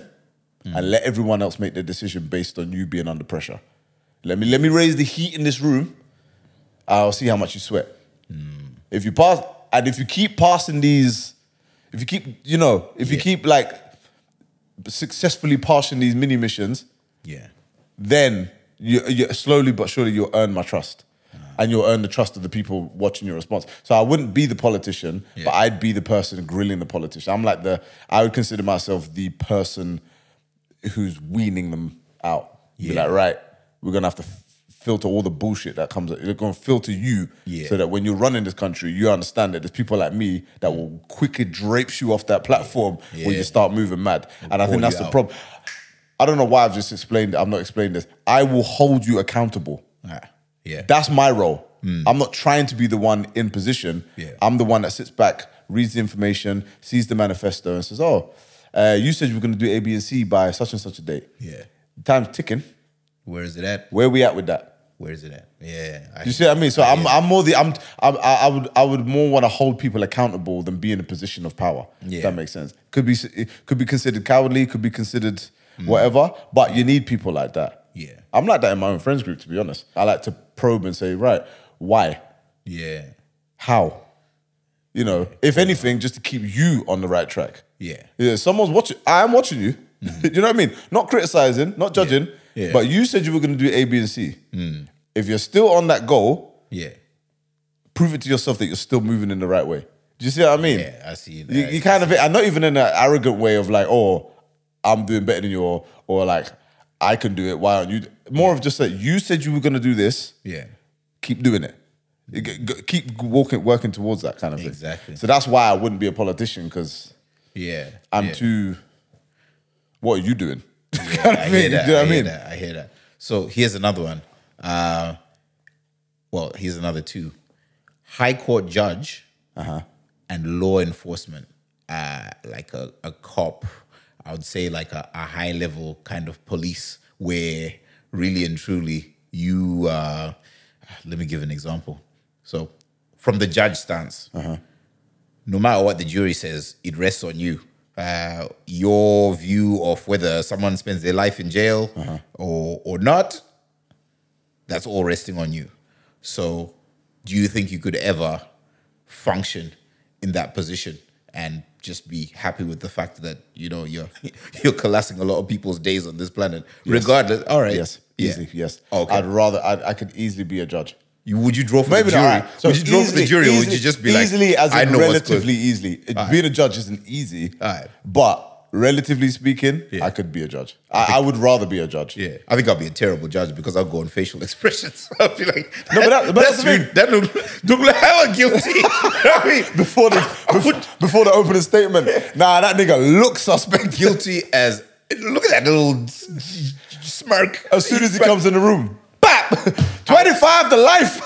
and let everyone else make their decision based on you being under pressure. Let me let me raise the heat in this room. I'll see how much you sweat. If you pass, and if you keep passing these, if you keep, you know, if you Yeah. keep like successfully passing these mini missions, Yeah. then you, you slowly but surely you'll earn my trust. And you'll earn the trust of the people watching your response. So I wouldn't be the politician, but Yeah. I'd be the person grilling the politician. I'm like the, I would consider myself the person who's weaning them out. Be Yeah. like, right, we're gonna have to f- filter all the bullshit that comes. They're gonna filter you, Yeah. so that when you're running this country, you understand that there's people like me that will quickly drapes you off that platform when Mm. Yeah. you start moving mad. and I call think that's you the out. problem. I don't know why I've just explained it. I've not explained this. I will hold you accountable. Ah, yeah. Mm. That's my role. I'm not trying to be the one in position. Yeah. I'm the one that sits back, reads the information, sees the manifesto, and says, "Oh, uh, you said you were going to do A, B, and C by such and such a date. yeah. Time's ticking. Where is it at? Where we at with that? Where is it at? Yeah. I, You see what I mean? So I'm, I'm more the I'm, I'm I I would I would more want to hold people accountable than be in a position of power. Yeah. If that makes sense. Could be it could be considered cowardly. Could be considered whatever. But you need people like that. Mm. Yeah. I'm like that in my own friends group. To be honest, I like to probe and say, right, why, yeah. how, you know, if anything, just to keep you on the right track. Yeah. Mm. Yeah, someone's watching. I am watching you. you know what I mean? Not criticizing, not judging. Yeah. Mm. But you said you were going to do A, B, and C. If you're still on that goal, Yeah. prove it to yourself that you're still moving in the right way. Do you see what I mean? Yeah. I see that. You, you kind of, and not even in an arrogant way of like, oh, I'm doing better than you, or, or like, I can do it. Why aren't you? More of just that you said you were going to do this, yeah. keep doing it. You g- g- Keep walking, working towards that kind of thing. Exactly. So that's why I wouldn't be a politician because Yeah. I'm yeah. too. What are you doing? I hear that. Do you know I what I hear mean? that. I hear that. So here's another one. Uh, well, here's another two: High Court judge Uh-huh. and law enforcement, uh, like a, a cop. I would say like a, a high level kind of police, where really and truly you. Uh, let me give an example. So, from the judge stance, no matter what the jury says, it rests on you. Uh, your view of whether someone spends their life in jail Uh-huh. or or not, that's all resting on you. So, do you think you could ever function in that position and just be happy with the fact that you know you're you're collapsing a lot of people's days on this planet, regardless? All right, Yes, Yeah. easily. Yes. Okay. I'd rather. I'd, I could easily be a judge. You, would you draw for Maybe the jury? not. alright. would you draw for the easily- jury, or would you easily- just be like, easily as I in know what's good. relatively easily? It- Being a judge isn't easy, Alright. but relatively speaking, Yeah. I could be a judge. I, I would rather be a judge. Yeah, I think I'll be a terrible judge because I'll go on facial expressions. I'll be like, No, but that- but that's that's the rude. That look, look like I was guilty. You know what I mean, Before the before, before the opening statement, nah, that nigga looks suspect. guilty as look at that little s- s- smirk. As soon as he Smirk. comes in the room, bap, twenty five to life.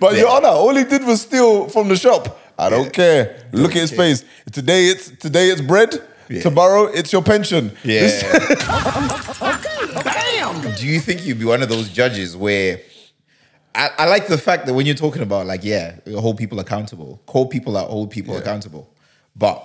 but your Yeah. honor, all he did was steal from the shop. I don't care. Look at his care. face. Today it's today it's bread. Yeah. Tomorrow it's your pension. This- Yeah. Damn. Do you think you'd be one of those judges where I, I like the fact that when you're talking about like, yeah, hold people accountable, call people out, hold people accountable, but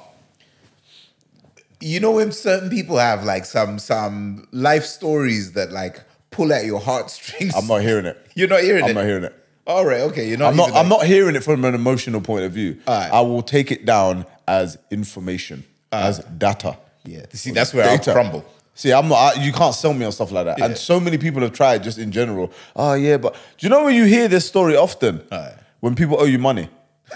you know when certain people have like some some life stories that like pull at your heartstrings. I'm not hearing it. You're not hearing it. I'm not hearing it. All right. Okay. You're not. I'm not. even I'm like- not hearing it from an emotional point of view. Alright. I will take it down as information, as data. Yeah. See, that's where I'll crumble. See, I'm not. I, you can't sell me on stuff like that. Yeah. And so many people have tried just in general. Oh yeah, but do you know when you hear this story often? Alright. When people owe you money.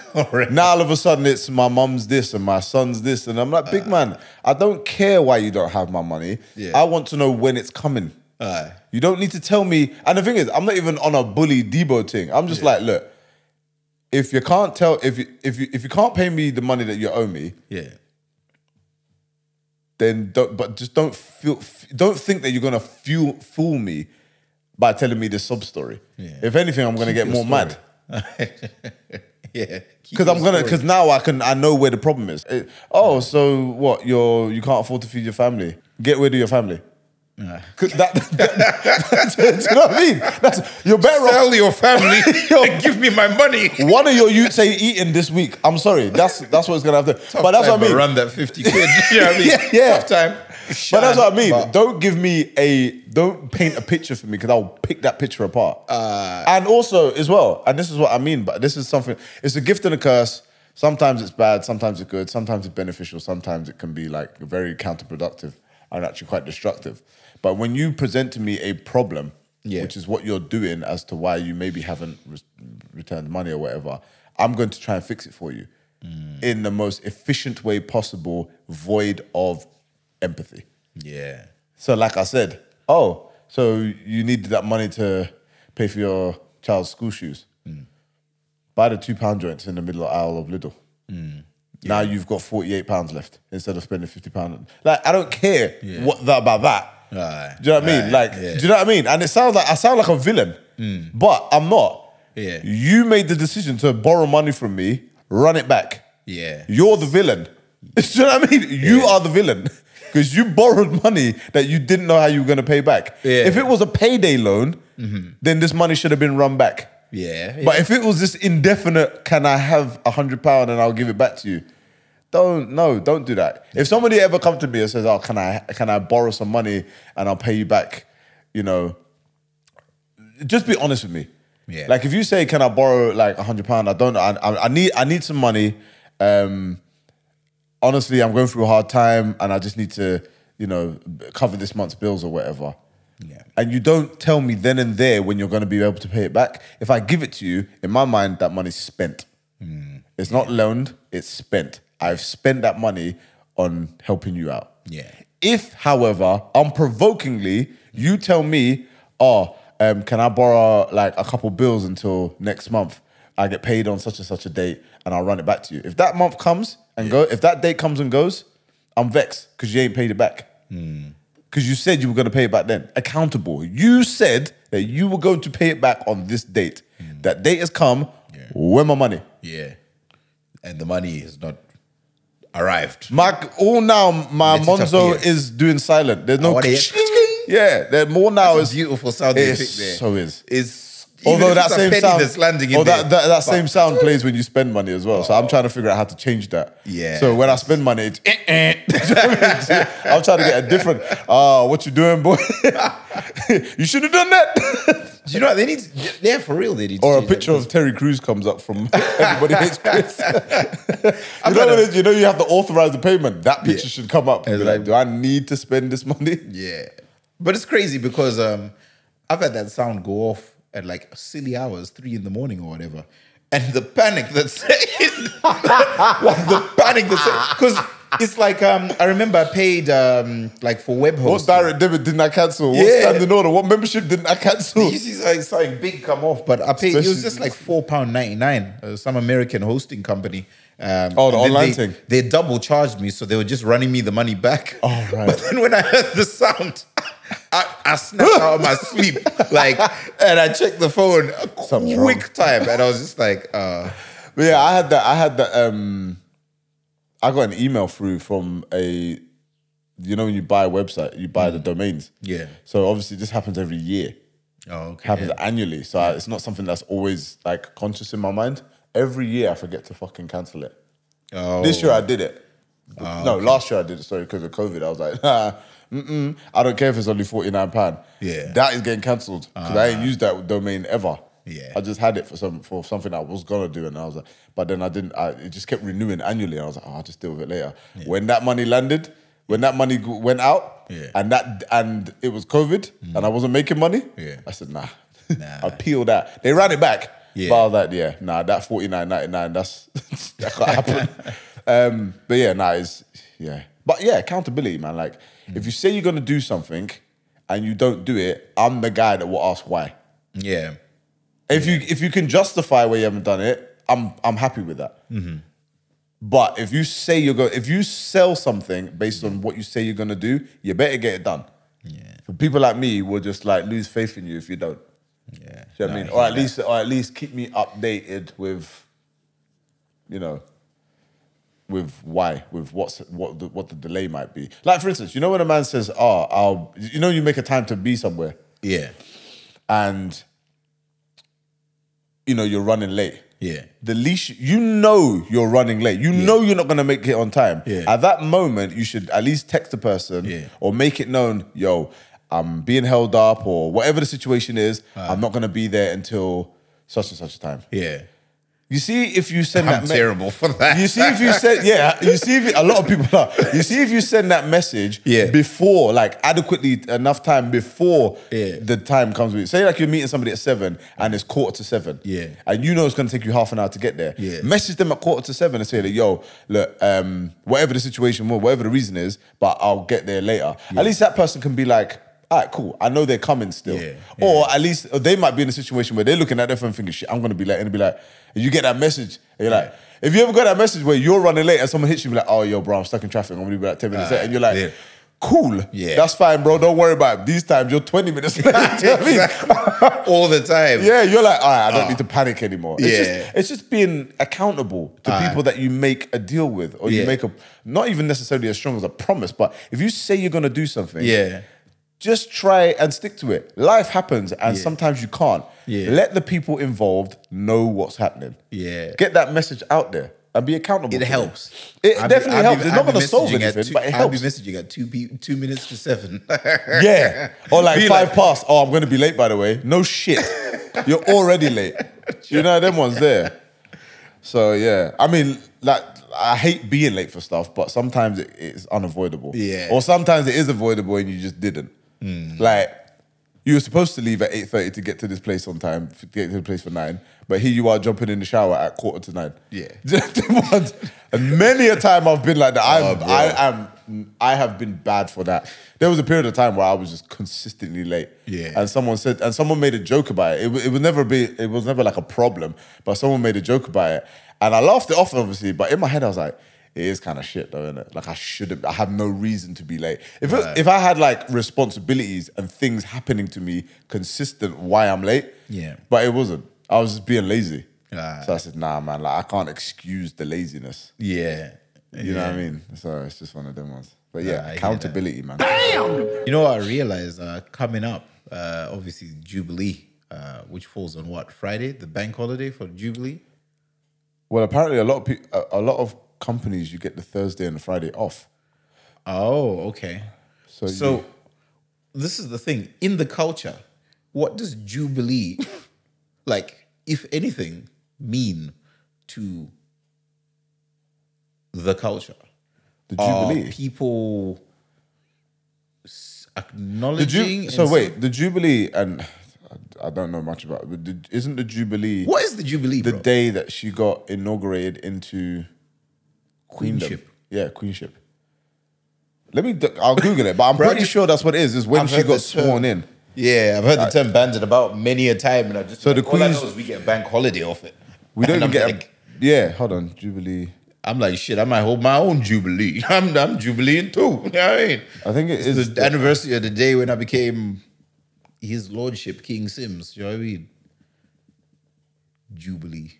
All right. Now all of a sudden it's my mum's this and my son's this, and I'm like, big man, I don't care why you don't have my money. Uh. Yeah. I want to know when it's coming. Alright. You don't need to tell me. And the thing is, I'm not even on a bully Debo thing. I'm just like, look, if you can't tell, if you if you if you can't pay me the money that you owe me, Yeah. then don't. But just don't feel. Don't think that you're gonna fool fool me by telling me this sub story. Yeah. If anything, I'm gonna get more your story. mad. yeah. keep Because your I'm gonna, story. because now I can, I know where the problem is. It- oh, so what? You're you can't afford to feed your family. Get rid of your family. 'Cause That, do you know what I mean? That's, you're better off. sell your family and give me my money. One of your youths ain't eating this week. I'm sorry. That's that's what it's gonna have to. but Tough that's what time I mean. Around that fifty quid. you know what I mean? Yeah, yeah. Tough time. But that's what I mean. But- don't give me a don't paint a picture for me because I'll pick that picture apart. and also as well, and this is what I mean. But this is something. It's a gift and a curse. Sometimes it's bad. Sometimes it's good. Sometimes it's beneficial. Sometimes it can be like very counterproductive and actually quite destructive. But when you present to me a problem, Yeah. which is what you're doing as to why you maybe haven't re- returned money or whatever, I'm going to try and fix it for you in the most efficient way possible, void of empathy. Yeah. So, like I said, oh, so you needed that money to pay for your child's school shoes. Mm. Buy the two pound joints in the middle of aisle of Lidl. Mm. Now you've got forty eight pounds left instead of spending fifty pound. Like I don't care what that about that. Right. Do you know what I mean? Right, Like, yeah. Mm. do you know what I mean? And it sounds like I sound like a villain, but I'm not. Yeah. You made the decision to borrow money from me, run it back. Yeah. You're the villain. Do you know what I mean? You Yeah. are the villain because you borrowed money that you didn't know how you were going to pay back. Yeah. Mm-hmm. If it was a payday loan, then this money should have been run back. Yeah. But if it was this indefinite, can I have a hundred pound and I'll give it back to you? Don't no, don't do that. If somebody ever comes to me and says, "Oh, can I can I borrow some money and I'll pay you back?" You know, just be honest with me. Yeah. Like if you say, "Can I borrow like a hundred pound?" I don't know. I, I, I need I need some money. Um, honestly, I'm going through a hard time and I just need to, you know, cover this month's bills or whatever. Yeah. And you don't tell me then and there when you're going to be able to pay it back. If I give it to you, in my mind, that money's spent. It's not loaned, it's spent. I've spent that money on helping you out. Yeah. If, however, unprovokingly, you tell me, oh, um, can I borrow like a couple bills until next month? I get paid on such and such a date and I'll run it back to you. If that month comes and go, if that date comes and goes, I'm vexed because you ain't paid it back. Because you said you were going to pay it back then. Accountable. You said that you were going to pay it back on this date. That date has come. Where my money? yeah. And the money has not arrived. My all now, my Let it Monzo appear. is doing silent. There's I no. wanna hear- yeah, there more now It's is beautiful sound It effect there. so is. Is Although that a same penny sound, that's landing in oh, there, that, that, that but- same sound plays when you spend money as well. So I'm trying to figure out how to change that. Yeah. So when I spend money, it's, eh, eh. Do you know what I mean? I'm trying to get a different. Oh, what you doing, boy? you should have done that. Do you know what they need? Yeah, for real, they need. to or a change that. picture of Terry Crews comes up from Everybody Hates Chris. you, know gonna- what it is? you know you have to authorize the payment. That picture Yeah. should come up. It's Be like, like- do I need to spend this money? Yeah. But it's crazy because um, I've had that sound go off at like silly hours, three in the morning or whatever. And the panic that's like the panic that's because it's like um, I remember I paid um, like for web What host. direct debit didn't I cancel? What Yeah. standing order? What membership didn't I cancel? You see something, something big come off, but I paid. It was Especially- just like four pound ninety nine. Uh, some American hosting company. Um, Oh, the and then online they, thing. They double charged me, so they were just running me the money back. Oh, right. But then when I heard the sound, I, I snapped out of my sleep, like, and I checked the phone. A Something's quick wrong. time, and I was just like, uh, But yeah, I had that. I had that. Um, I got an email through from a, you know, when you buy a website, you buy the domains. Mm. Yeah. So obviously, this happens every year. "Oh, okay." Happens annually, so I, it's not something that's always like conscious in my mind. Every year, I forget to fucking cancel it. Oh, Ah, This year, I did it. no, last year I did it. Sorry, because of COVID, I was like, nah, mm-mm, I don't care if it's only forty nine pound. Yeah. Ah. that is getting cancelled because I ain't used that domain ever. Yeah. I just had it for some for something I was gonna do, and I was like, but then I didn't. I, it just kept renewing annually. I was like, oh, I'll just deal with it later. When that money landed, when that money go- went out, Yeah. Mm. and that and it was COVID, and I wasn't making money. Yeah. I said, nah, Nah. I peeled that. They ran it back. Yeah. But I was like, yeah, nah, that forty nine ninety nine, that's that can't happen. um, but yeah, nah, it's yeah. But yeah, accountability, man. Like, Mm. if you say you're gonna do something and you don't do it, I'm the guy that will ask why. yeah, If you if you can justify why you haven't done it, I'm I'm happy with that. Mm-hmm. But if you say you're going, if you sell something based on what you say you're gonna do, you better get it done. yeah, People like me will just like lose faith in you if you don't. Yeah. Do you know what I mean? Or at least, or at least keep me updated with, you know, with why, with what's what the, what the delay might be. Like for instance, you know when a man says, "Oh, I'll," you know, you make a time to be somewhere, Yeah. and you know you're running late. Yeah. The leash, you know, you're running late. You know you're not gonna make it on time. Yeah. At that moment, you should at least text the person Yeah. or make it known, yo, I'm being held up or whatever the situation is. I'm not gonna be there until such and such a time. Yeah. You see, if you send that I'm me- terrible for that. you see, if you send, yeah, you see, if a lot of people are. You see, if you send that message Yeah. before, like, adequately enough time before Yeah. the time comes with. Say, like, you're meeting somebody at seven and it's quarter to seven. Yeah. And you know it's going to take you half an hour to get there. Yeah. Message them at quarter to seven and say, that, yo, look, um, whatever the situation, was, whatever the reason is, but I'll get there later. At least that person can be like, all right, cool. I know they're coming still. Yeah, Or at least or they might be in a situation where they're looking at their phone thinking, shit, I'm gonna be late. And be like, and you get that message, and you're like, if you ever got that message where you're running late and someone hits you, be like, oh, yo, bro, I'm stuck in traffic. I'm gonna be like 10 minutes late. And you're like, yeah. cool. Yeah. That's fine, bro. Don't worry about it. These times you're 20 minutes late. Do you know what I mean? all the time. Yeah, you're like, all right, I don't need to panic anymore. It's Uh, Yeah. just it's just being accountable to people that you make a deal with or Yeah. you make a not even necessarily as strong as a promise, but if you say you're gonna do something, Yeah. just try and stick to it. Life happens and sometimes you can't. Yeah. Let the people involved know what's happening. Yeah. Get that message out there and be accountable. to It them. helps. It I'll be- definitely I'll be- helps. it's I'll not be going to solve messaging at anything, two- but it I'll be helps. messaging at two, p- two minutes to seven. yeah. Or like Be five like- past. Oh, I'm going to be late, by the way. No shit. You're already late. You know, them ones there. So, yeah. I mean, like, I hate being late for stuff, but sometimes it, it's unavoidable. Yeah. Mm. Or sometimes it is avoidable and you just didn't. Like, you were supposed to leave at 8.30 to get to this place on time, to get to the place for 9, but here you are jumping in the shower at quarter to 9. Yeah. Them ones- and many a time I've been like that. I'm, Oh, bro. I am, I have been bad for that. There was a period of time where I was just consistently late. Yeah. And someone said, and someone made a joke about it. It, wa- it would never be, it was never like a problem, but someone made a joke about it. And I laughed it off, obviously, but in my head I was like, it is kind of shit though, isn't it? Like I shouldn't, I have no reason to be late. If, it- if I had like responsibilities and things happening to me consistent why I'm late, Yeah. but it wasn't. I was just being lazy. Right. So I said, nah, man, like I can't excuse the laziness. yeah. You know what I mean? So it's just one of them ones. But yeah, Nah, I hear accountability, man. You know what I realized uh, coming up, uh, obviously Jubilee, uh, which falls on what Friday, the bank holiday for Jubilee. Well, apparently a lot of people, a, a lot of companies, you get the Thursday and the Friday off. Oh, okay. So, So you, this is the thing in the culture. What does Jubilee, like, if anything, mean to the culture? the Are Jubilee. people s- the acknowledging. Ju- and so s- wait, the Jubilee, and I- I don't know much about. It, but the, isn't the Jubilee what is the Jubilee? the bro? day that she got inaugurated into queendom? Queenship. Yeah, queenship. Let me. d- I'll Google it, but I'm pretty sure that's what it is. Is when I've she heard got the term. sworn in. Yeah, I've heard the term banded about many a time, and I just Uh, So the all I know Queen's- is we get a bank holiday off it. We don't And even get. I'm a- like, yeah, hold on, Jubilee. I'm like shit. I might hold my own jubilee. I'm I'm jubileeing too. You know what I mean? I think it It's is. the anniversary of the day when I became His Lordship King Sims. You know what I mean? Jubilee.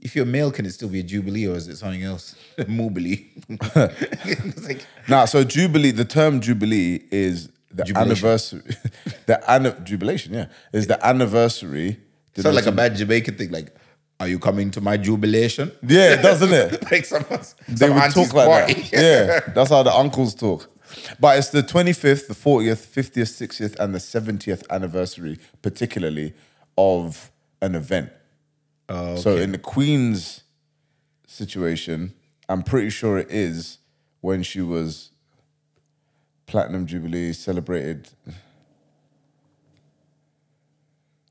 If you're male, can it still be a jubilee or is it something else? Mobily. it's like, Now, so jubilee, the term jubilee is the Jubilation. anniversary. the an- jubilation, yeah, is the anniversary. sounds like a bad Jamaican thing. Like, are you coming to my jubilation? yeah, doesn't it? like someone's They some would auntie's talk like party. that. Yeah, that's how the uncles talk. But it's the 25th, the 40th, 50th, 60th, and the 70th anniversary, particularly of an event. Oh, So in the Queen's situation, I'm pretty sure it is when she was platinum jubilee celebrated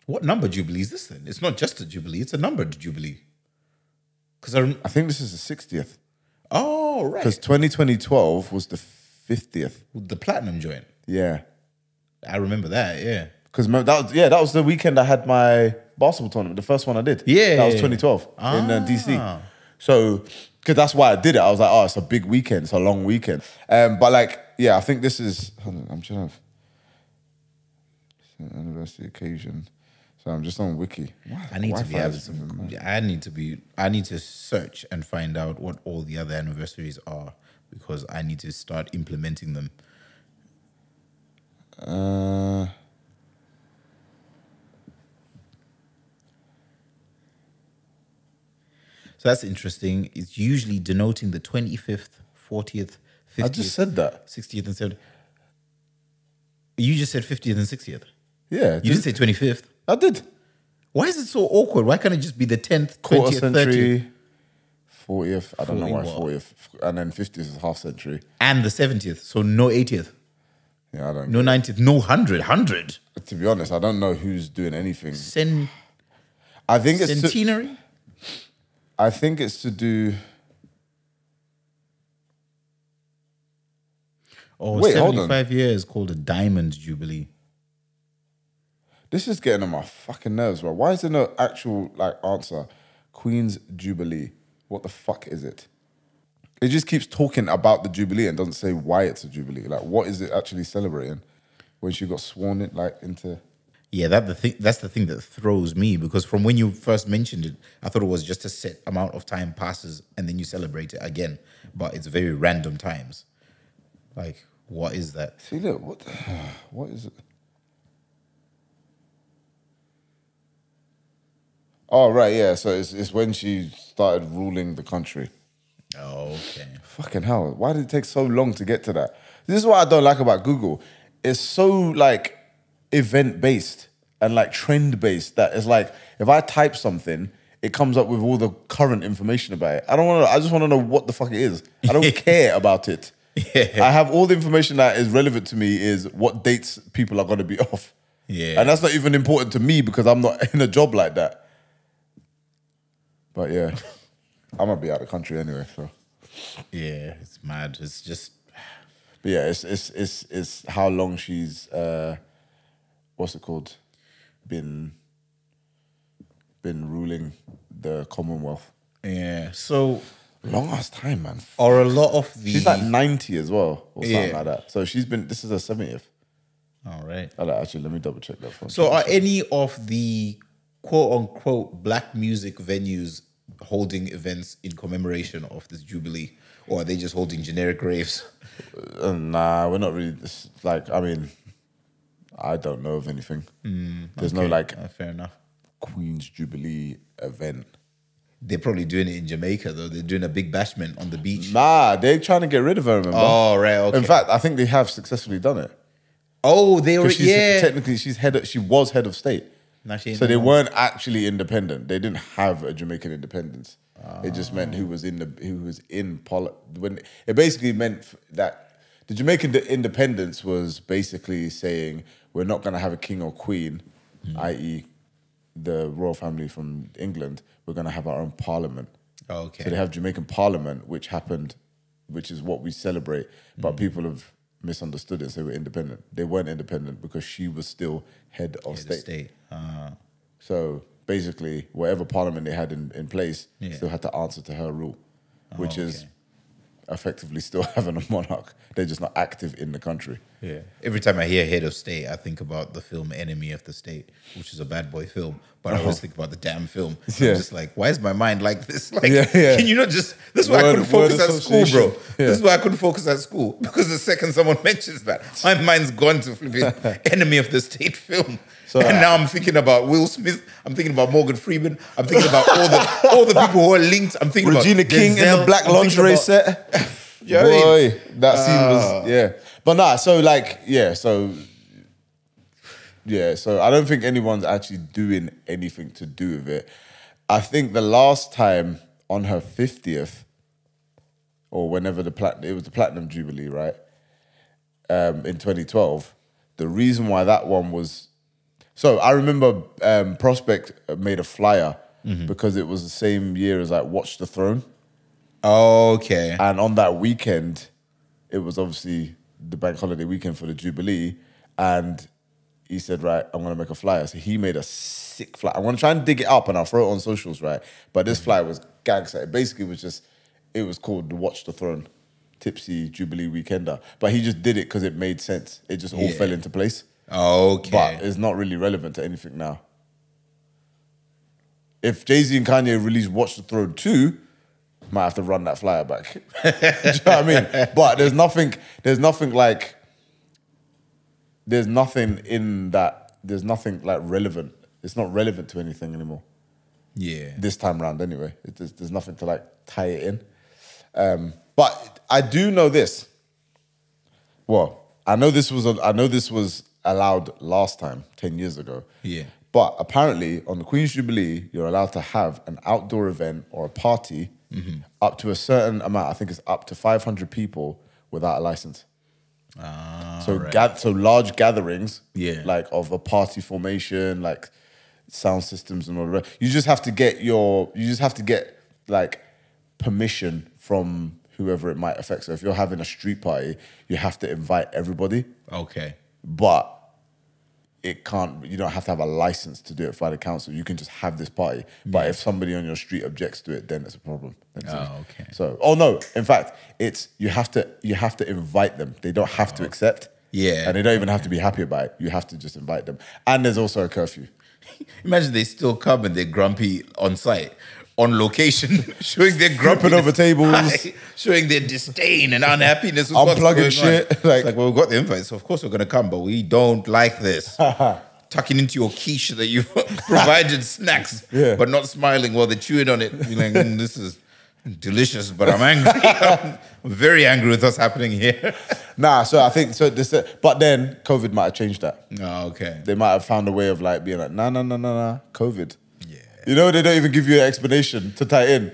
What number jubilee is this then? It's not just a jubilee; it's a numbered jubilee. Because I rem- I think this is the 60th oh right, because 2012 was the 50th. the platinum joint. Yeah. I remember that. Yeah, Because that was, yeah, that was the weekend I had my basketball tournament, the first one I did. Yeah. Ah. that was 2012 in uh, DC. So, because that's why I did it. I was like, oh, it's a big weekend, it's a long weekend. Um, but like, yeah, I think this is. Hold on, I'm trying to. anniversary occasion. So I'm just on Wiki. Why- I need to Wi-Fi be able is even to. mad. I need to be. I need to search and find out what all the other anniversaries are because I need to start implementing them. Uh, So that's interesting. It's usually denoting the 25th, 40th, 50th. I just said that. 60th and 70th. You just said 50th and 60th. Yeah, You just- didn't say 25th. I did. Why is it so awkward? Why can't it just be the 10th, 20th, Quarter 30th, century, fortieth. I don't know why 40 what? fortieth, and then fiftieth is half century. and the 70th? So no 80th, Yeah, I don't. no 90th, no 100, 100. To be honest, I don't know who's doing anything. Cen- I think it's to- centenary? I think it's to do. Or Wait, hold on. 75 Oh, years called a diamond jubilee. This is getting on my fucking nerves, bro. Why is there no actual like answer? Queen's Jubilee. What the fuck is it? It just keeps talking about the Jubilee and doesn't say why it's a Jubilee. Like, what is it actually celebrating? When she got sworn it like into Yeah, that the thing that's the thing that throws me because from when you first mentioned it, I thought it was just a set amount of time passes and then you celebrate it again. But it's very random times. Like, what is that? See, look, what the, what is it? Oh right, yeah. So it's it's when she started ruling the country. Okay. Fucking hell! Why did it take so long to get to that? This is what I don't like about Google. It's so like event based and like trend based that it's like if I type something, it comes up with all the current information about it. I don't want to. I just want to know what the fuck it is. I don't care about it. I have all the information that is relevant to me is what dates people are going to be off. Yeah. and that's not even important to me because I'm not in a job like that. But yeah, I'm gonna be out of the country anyway, so. Yeah, it's mad. It's just But yeah, it's it's it's it's how long she's uh what's it called? Been been ruling the Commonwealth. yeah. So Long ass time, man. are a lot of the She's like ninety as well, or something Yeah. like that. So she's been this is her seventieth. all right. Actually, let me double check that for So are any of the quote unquote black music venues holding events in commemoration of this jubilee? Or are they just holding generic raves? Uh, nah, we're not really this, like I mean I don't know of anything. There's no like Uh, fair enough. Queen's Jubilee event. They're probably doing it in Jamaica though. They're doing a big bashment on the beach. Nah, they're trying to get rid of her, remember? Oh right, okay. In fact, I think they have successfully done it. oh, they were Because she's yeah. technically she's head of, she was head of state. Now she ain't So no they more. weren't actually independent. They didn't have a Jamaican independence. It just meant who was in the who was in poli- when it basically meant f- that the Jamaican de- independence was basically saying we're not going to have a king or queen, Hmm. i.e., the royal family from England. We're going to have our own parliament. Okay. So they have Jamaican Parliament, which happened, which is what we celebrate. But Mm. people have misunderstood it and say we're independent. They weren't independent because she was still head of The state. state. Uh, So basically, whatever Parliament they had in, in place Yeah. Oh, still had to answer to her rule, which is okay. effectively still having a monarch. They're just not active in the country. yeah. Every time I hear head of state, I think about the film Enemy of the State, which is a bad boy film. But I always think about the damn film. Oh. Yeah. I'm just like, why is my mind like this? Like, Yeah, yeah. can you not just? This is why I Word- couldn't word focus at school, bro. association. Yeah. This is why I couldn't focus at school because the second someone mentions that, my mind's gone to flipping Enemy of the State film. So, and uh, now I'm thinking about Will Smith. I'm thinking about Morgan Freeman. I'm thinking about all the all the people who are linked. I'm thinking Regina about King in Denzel. the black I'm thinking lingerie set. about- know what I mean? Boy, that scene was yeah. But nah, so like yeah, so yeah, so I don't think anyone's actually doing anything to do with it. I think the last time on her fiftieth, or whenever the plat it was the platinum jubilee, right? Um, in 2012, the reason why that one was so I remember um, Prospect made a flyer because it was the same year as like Watch the Throne. Okay. And on that weekend, it was obviously the bank holiday weekend for the Jubilee. And he said, Right, I'm gonna make a flyer. So he made a sick flyer. I'm gonna try and dig it up and I'll throw it on socials, right? But this flyer was gangster. It basically was just, it was called the Watch the Throne Tipsy Jubilee Weekender. But he just did it because it made sense. It just all Yeah. fell into place. Okay. but it's not really relevant to anything now. If Jay Z and Kanye release Watch the Throne 2, might have to run that flyer back. Do you know what I mean? But there's nothing, there's nothing like, there's nothing in that, there's nothing like relevant. It's not relevant to anything anymore yeah. this time round anyway. It, there's, there's nothing to like tie it in. Um, but I do know this. Well, I know this was I know this was allowed last time, ten years ago. Yeah. But apparently, on the Queen's Jubilee, you're allowed to have an outdoor event or a party up to a certain amount. I think it's up to 500 people without a license. Ah. So gath- so large gatherings, Yeah. like of a party formation, like sound systems and all that. You just have to get your you just have to get like permission from whoever it might affect. So if you're having a street party, you have to invite everybody, Okay. but it can't you don't have to have a license to do it by the council. You can just have this party. But if somebody on your street objects to it, then it's a problem. That's it. Oh, okay. So oh no, in fact, it's you have to you have to invite them. They don't have to accept. Oh. Yeah. And they don't even have to be happy about it. You have to just invite them. And there's also a curfew. Imagine they still come and they're grumpy on site, on location, showing their grumpy Flipping over tables. showing their disdain and unhappiness. with what's Unplugging going on. shit, It's like- Like, well, we've got the invite, so of course we're gonna come, but we don't like this. Uh-huh. Tucking into your quiche that you've provided snacks, Yeah. but not smiling while they're chewing on it. Being like, "Mm, this is delicious, but I'm angry. I'm very angry with what's happening here. Nah, so I think so this but then COVID might have changed that. oh, okay. They might have found a way of like being like, nah, nah, nah, nah, nah, COVID. Yeah. You know, they don't even give you an explanation to tie in.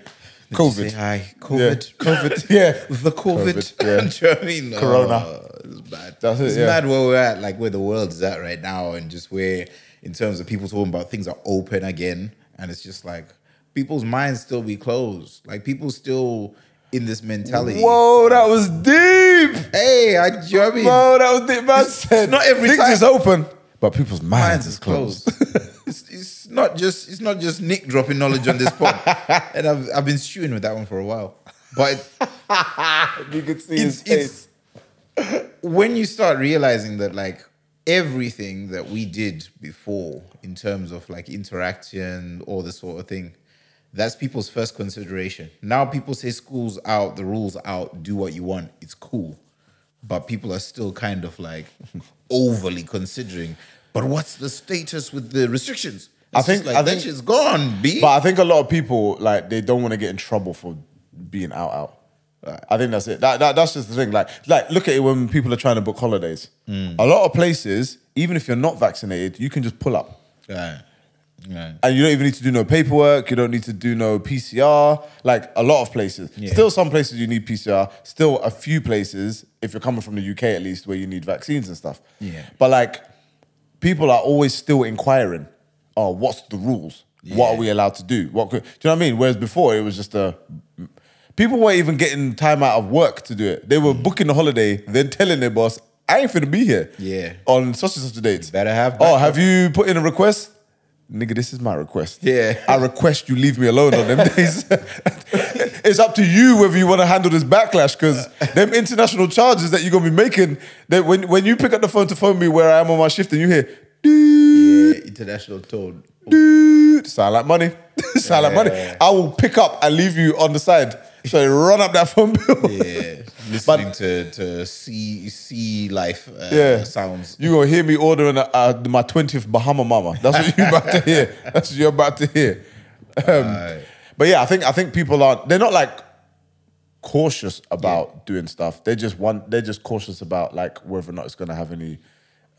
COVID. Say hi, COVID. Yeah. COVID. Yeah. the COVID. COVID, yeah. Do you know what I mean? Corona. Oh, it's bad. That's it, it's yeah. mad where we're at, like where the world is at right now, and just where, in terms of people talking about things are open again, and it's just like people's minds still be closed. Like people still in this mentality. Whoa, that was deep. Hey, I, do you know what I mean? Whoa, that was deep. Man said, not every things time- is open, but people's minds, Minds is closed. it's, it's not just it's not just Nick dropping knowledge on this pod, and I've I've been stewing with that one for a while, but. you could see it's, it's when you start realizing that like everything that we did before in terms of like interaction all this sort of thing that's people's first consideration now people say school's out the rules out do what you want it's cool but people are still kind of like overly considering but what's the status with the restrictions I It's just think- like I that think- shit's gone b But I think a lot of people like they don't want to get in trouble for being out out. I think that's it. That, that that's just the thing. Like like look at it when people are trying to book holidays. A lot of places, even if you're not vaccinated, you can just pull up. Right. Right. And you don't even need to do no paperwork. You don't need to do no PCR. Like a lot of places. Still, some places you need PCR. Still, a few places, if you're coming from the UK at least, where you need vaccines and stuff. Yeah. But like, people are always still inquiring. Oh, what's the rules? What are we allowed to do? What could, do you know what I mean? Whereas before it was just a. People weren't even getting time out of work to do it. They Mm. were booking the holiday, then telling their boss, "I ain't finna be here." Yeah. On such and such a date. better have Oh, have you put in a request? Nigga, this is my request. Yeah. I request you leave me alone on them days. it's up to you whether you want to handle this backlash because them international charges that you're going to be making, that when, when you pick up the phone to phone me where I am on my shift and you hear, dude, Yeah, international tone dude, sound like money. sound like money. Yeah. I will pick up and leave you on the side. So run up that phone bill. Yeah, listening to to sea sea life uh, Yeah. sounds. You gonna hear me ordering uh uh my twentieth Bahama Mama. That's what you're about to hear. That's what you're about to hear. Um, uh, But yeah, I think I think people are they're not like cautious about doing stuff. They just want they're just cautious about like whether or not it's gonna have any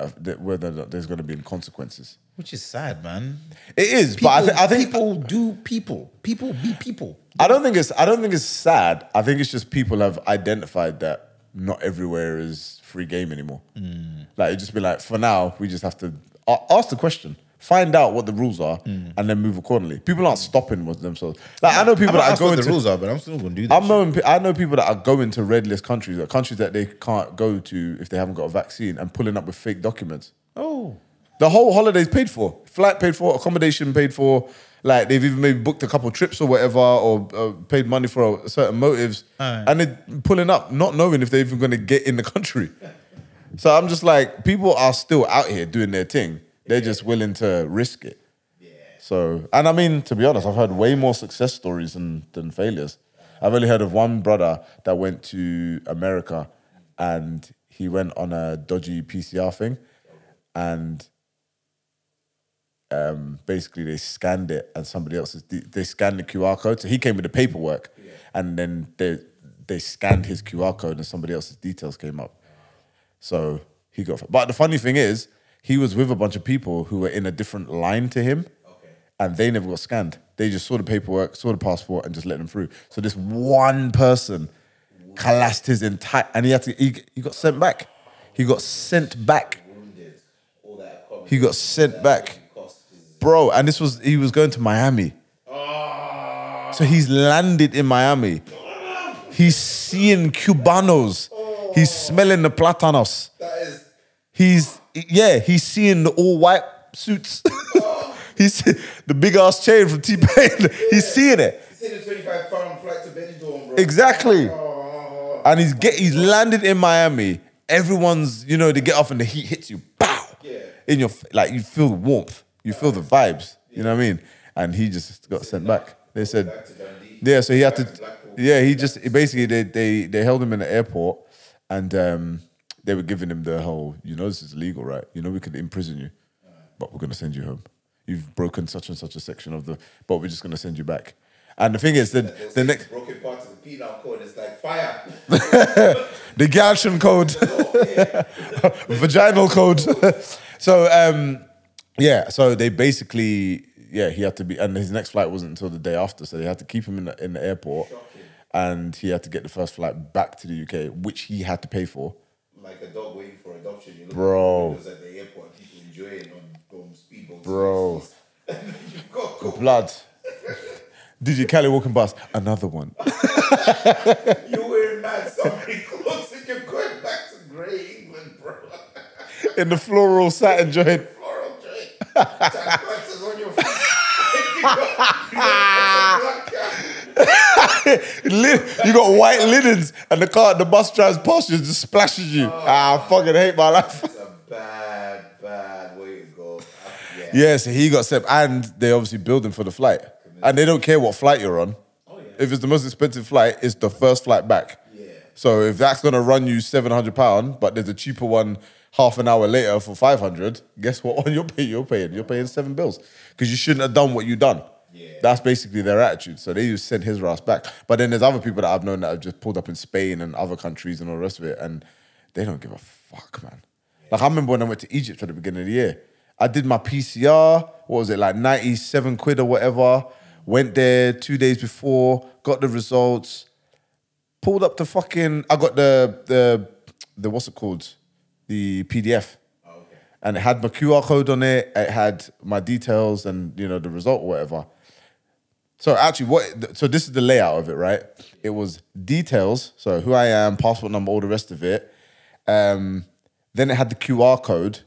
uh, th- whether or not there's gonna be any consequences. Which is sad, man. It is, but I, th- I think people do people. People be people. I don't think it's I don't think it's sad. I think it's just people have identified that not everywhere is free game anymore. Mm. Like it'd just be like, for now, we just have to a- ask the question, find out what the rules are, Mm. and then move accordingly. People aren't stopping with themselves. Like I know people that are go going the to. rules are, but I'm still gonna do that. I'm knowing, pe- I know people that are going to red list countries, or countries that they can't go to if they haven't got a vaccine, and pulling up with fake documents. oh, The whole holiday's paid for. Flight paid for, accommodation paid for. Like they've even maybe booked a couple trips or whatever, or uh, paid money for certain motives, and they're pulling up, not knowing if they're even going to get in the country. So I'm just like, people are still out here doing their thing. They're just willing to risk it. So, and I mean, to be honest, I've heard way more success stories than, than failures. I've only heard of one brother that went to America and he went on a dodgy PCR thing and um, basically they scanned it and somebody else's, they- they scanned the QR code. So he came with the paperwork and then they, they scanned his QR code and somebody else's details came up. So he got. But the funny thing is, he was with a bunch of people who were in a different line to him, and they never got scanned. They just saw the paperwork, saw the passport, and just let them through. So this one person collapsed his entire, and he had to. He, he got sent back. He got sent back. He got sent back, bro. And this was he was going to Miami. So he's landed in Miami. He's seeing Cubanos. He's smelling the platanos. He's yeah, he's seeing the all white suits. he's see- the big ass chain from T Pain. He's seeing it. Exactly. And he's get he's landed in Miami. Everyone's, you know, they get off and the heat hits you. Bow. In your f- like you feel the warmth. You feel the vibes. You know what I mean? And he just got sent back. They said Yeah, so he had to Yeah, he just basically they they they held him in the airport and um they were giving him the whole, you know, this is legal, right? You know, we could imprison you, but we're gonna send you home. You've broken such and such a section of the, but we're just gonna send you back. And the thing is, then the next broken parts of the penal code is like fire. the Galtian code, vaginal code. so um, yeah, so they basically yeah he had to be, and his next flight wasn't until the day after, so they had to keep him in the, in the airport, and he had to get the first flight back to the UK, which he had to pay for. Like a dog waiting for adoption. You look Bro. At the videos at the airport, people enjoying on, on speedboats. Bro. You've got cool. Blood. DJ Kelly walking past another one. You're wearing mad somebody clothes and you're going back to grey England, bro. in the floral satin joint. Floral drink. Tattoo on your face. Lin- you got white linens, and the car, the bus drives past you, just splashes Oh, you. Ah, I fucking hate my life. It's a bad, bad way to go. Ah, Yeah. Yeah, so he got sent, and they obviously billed him for the flight, and they don't care what flight you're on. Oh, If it's the most expensive flight, it's the first flight back. Yeah. So if that's gonna run you seven hundred pound, but there's a cheaper one half an hour later for five hundred, guess what one you're paying? You're paying. You're paying seven bills because you shouldn't have done what you done. Yeah. That's basically their attitude. So they just sent his ass back. But then there's other people that I've known that have just pulled up in Spain and other countries and all the rest of it, and they don't give a fuck, man. Like I remember when I went to Egypt at the beginning of the year, I did my PCR. What was it like ninety seven quid or whatever? Went there two days before, got the results pulled up the fucking. I got the the the what's it called? The PDF. And it had my QR code on it. It had my details and you know the result or whatever. So actually, what? So this is the layout of it, right? It was details. So who I am, passport number, all the rest of it. Um, then it had the QR code,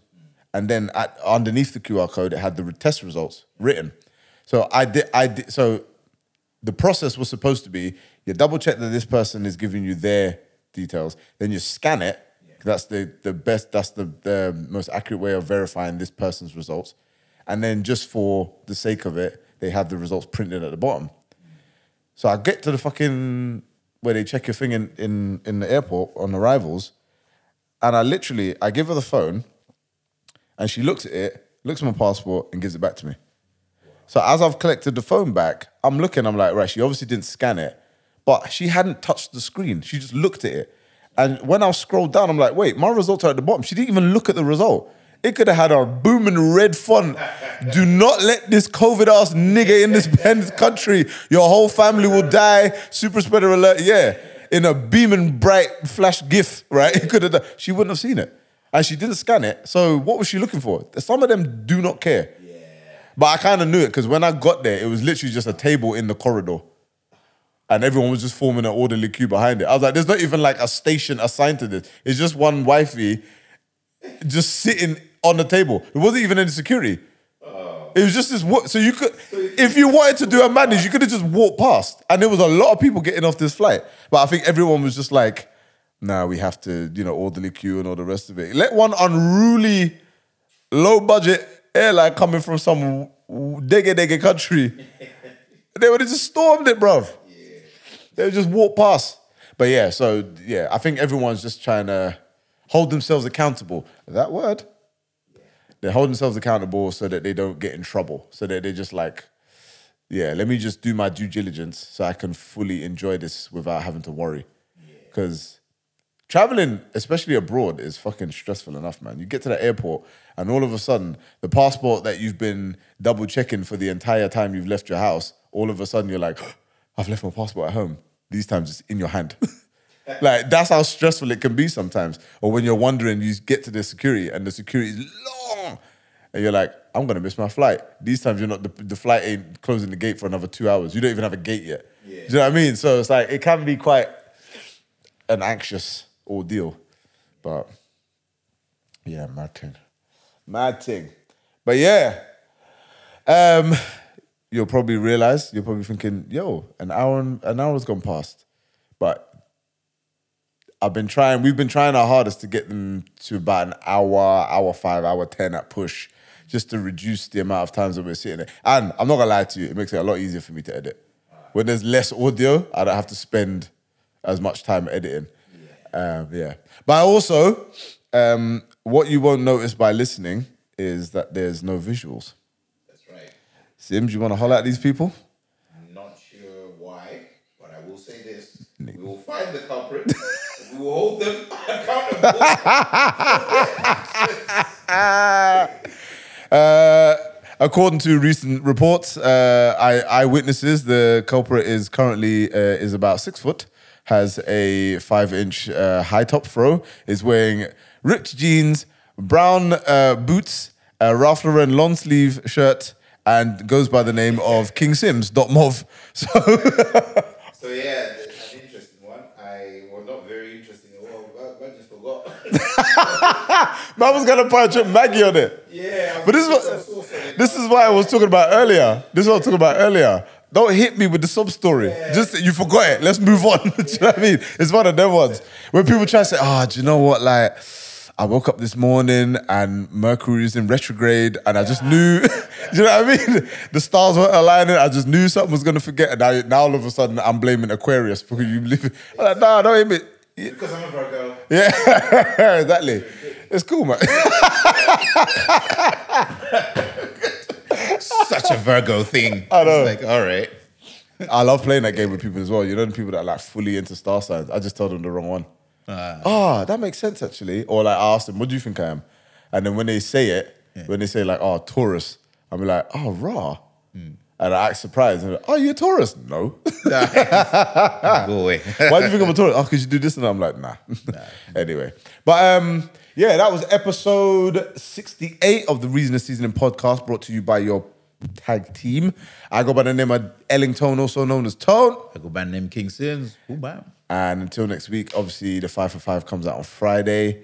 and then at, underneath the QR code, it had the test results written. So I did. I did. So the process was supposed to be you double check that this person is giving you their details, then you scan it. That's the, the best, that's the, the most accurate way of verifying this person's results. And then just for the sake of it, they have the results printed at the bottom. So I get to the fucking where they check your thing in, in, in the airport on arrivals, and I literally I give her the phone and she looks at it, looks at my passport, and gives it back to me. So as I've collected the phone back, I'm looking, I'm like, right, she obviously didn't scan it, but she hadn't touched the screen. She just looked at it. And when I scrolled down, I'm like, wait, my results are at the bottom. She didn't even look at the result. It could have had a booming red font. Do not let this COVID ass nigga in this pen- country. Your whole family will die. Super spreader alert. Yeah. In a beaming bright flash gif, right? It could have done. She wouldn't have seen it. And she didn't scan it. So what was she looking for? Some of them do not care. But I kind of knew it because when I got there, it was literally just a table in the corridor. And everyone was just forming an orderly queue behind it. I was like, there's not even like a station assigned to this. It's just one wifey just sitting on the table. It wasn't even any security. It was just this. Wo- so you could, if you wanted to do a manage, you could have just walked past. And there was a lot of people getting off this flight. But I think everyone was just like, now we have to, you know, orderly queue and all the rest of it. Let one unruly, low budget airline coming from some dege dege country. They would have just stormed it, bruv. They would just walk past. But yeah, so yeah, I think everyone's just trying to hold themselves accountable. That word. They hold themselves accountable so that they don't get in trouble. So that they're just like, yeah, let me just do my due diligence so I can fully enjoy this without having to worry. Because traveling, especially abroad, is fucking stressful enough, man. You get to the airport and all of a sudden, the passport that you've been double checking for the entire time you've left your house, all of a sudden you're like, I've left my passport at home. These times it's in your hand. like that's how stressful it can be sometimes. Or when you're wondering, you get to the security and the security is long and you're like, I'm gonna miss my flight. These times you're not the, the flight ain't closing the gate for another two hours. You don't even have a gate yet. Do you know what I mean? So it's like it can be quite an anxious ordeal, but yeah, mad thing, mad thing. But yeah, um, you'll probably realize you're probably thinking, "Yo, an hour and- an hour's gone past," but I've been trying. We've been trying our hardest to get them to about an hour, hour five, hour ten at push, just to reduce the amount of times that we're sitting there. And I'm not gonna lie to you, it makes it a lot easier for me to edit. When there's less audio, I don't have to spend as much time editing. Yeah. Um, yeah. But also, um, what you won't notice by listening is that there's no visuals. That's right. Sims, you want to holler at these people? I'm not sure why, but I will say this. We will find the culprit. and we will hold them accountable. Uh, according to recent reports, uh, eye- eyewitnesses, the culprit is currently uh, is about six foot, has a five inch uh, high top fro, is wearing ripped jeans, brown uh, boots, a Ralph Lauren long sleeve shirt, and goes by the name of King Sims. Dot mov. So. So yeah, it's an interesting one. I was not very interested in all, but I just forgot. Man was gonna put a trip Maggie on it. Yeah, But this is what this is what I was talking about earlier. This is what I was talking about earlier. Don't hit me with the sub story. Just you forgot it. Let's move on. do you know what I mean? It's one of them ones when people try to say, "Ah, do you know what? Like, I woke up this morning and Mercury was in retrograde, and I just knew. do you know what I mean? The stars weren't aligning. I just knew something was gonna forget. And now, now all of a sudden, I'm blaming Aquarius because you live. I'm like, nah, don't hit me. because I'm a Virgo. Yeah, exactly. It's cool, man. Such a Virgo thing. I know. It's like, all right. I love playing that game with people as well. You know, the people that are like fully into star signs. I just tell them the wrong one. Ah, that makes sense actually. Or like I ask them, what do you think I am? And then when they say it, when they say like, oh, Taurus, I'm like, oh, raw. And I act surprised. And they're like, oh, you're a Taurus? No. Ah. Go away. Why do you think I'm a Taurus? Oh, because you do this and I'm like, nah. anyway. But um, yeah, that was episode 68 of the Reason of Seasoning podcast brought to you by your tag team. I go by the name of Ellington, also known as Tone. I go by the name King Sims. Ooh, bam. And until next week, obviously the five for five comes out on Friday.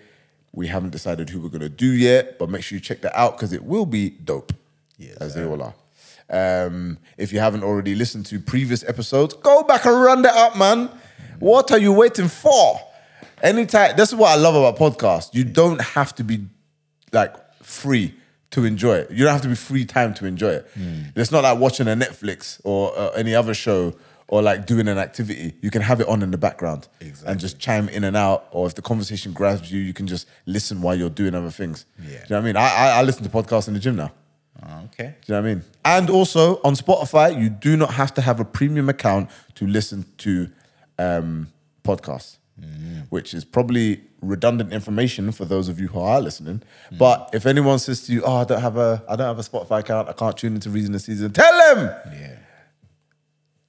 We haven't decided who we're gonna do yet, but make sure you check that out because it will be dope. Yes, as they all are. Um, if you haven't already listened to previous episodes, go back and run that up, man. What are you waiting for? Anytime. This is what I love about podcasts. You don't have to be like free to enjoy it. You don't have to be free time to enjoy it. It's not like watching a Netflix or uh, any other show or like doing an activity. You can have it on in the background and just chime in and out. Or if the conversation grabs you, you can just listen while you're doing other things. Do you know what I mean? I, I, I listen to podcasts in the gym now. Ah, Okay. Do you know what I mean? And also on Spotify, you do not have to have a premium account to listen to um, podcasts, Mm. which is probably redundant information for those of you who are listening. Mm. But if anyone says to you, "Oh, I don't have a, I don't have a Spotify account. I can't tune into Reason the Season," tell them. Yeah.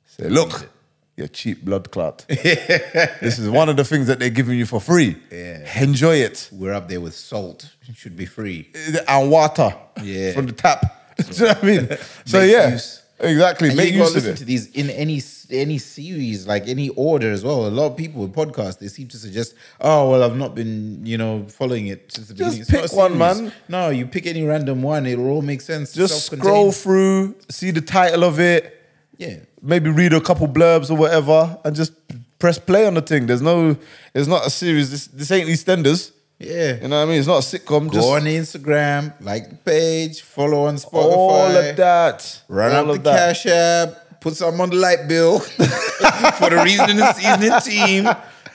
Say, look, you're cheap blood clot. this is one of the things that they're giving you for free. Yeah. Enjoy it Uh, We're up there with salt. It should be free. and water Yeah. from the tap. Do you know what I mean? So Make yeah, use. exactly. And Make you can use of listen it. to these in any any series, like any order as well. A lot of people with podcasts they seem to suggest, oh well, I've not been you know following it since the beginning. It's not pick a one, series. man. No, you pick any random one; it'll all make sense. just self-contained. scroll through, see the title of it, yeah, maybe read a couple blurbs or whatever, and just press play on the thing. There's no, it's not a series. This, this ain't EastEnders. Yeah. You know what I mean? It's not a sitcom. Just Go on Instagram, like the page, follow on Spotify. all of that. Run all up the of that. cash app, put something on the light bill for the reason and seasoning team.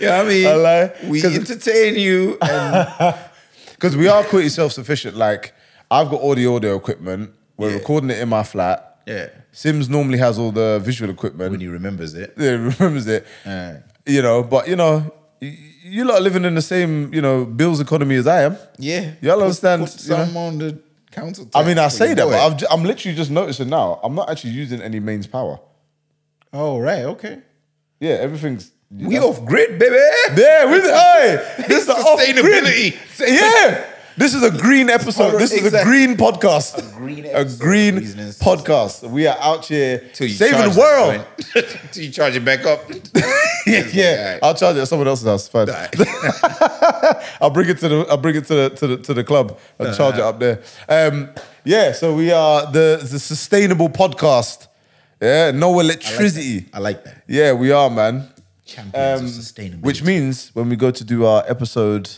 You know what I mean? I lie. We 'Cause- entertain you. And Because we are pretty self sufficient. Like, I've got all the audio equipment. We're recording it in my flat. yeah. Sims normally has all the visual equipment. When he remembers it. yeah, remembers it. Alright. You know, but you know, y- you lot are living in the same, you know, bills economy as I am. Yeah. Y'all Put- understand, Put you know? some on the counter. I mean, I for your say that, boy. but I've, ju- I'm literally just noticing now. I'm not actually using any mains power. Oh, right. Okay. Yeah, everything's. We off grid, baby. Yeah, with hey, this is the Sustainability. sustainability. Yeah, this is a green episode. This is a Exactly. green podcast. A green, episode. Reason and stuff. podcast. We are out here Till you saving charge the world. that joint. Till you charge it back up. yeah, yeah. I'll charge it at someone else's house. Fine. I'll bring it to the I'll bring it to the to the, to the club and charge it up there. Um, yeah, so we are the the sustainable podcast. Yeah, no electricity. I like that. Yeah, we are, man. Champions Um, of sustainability. Which means when we go to do our episode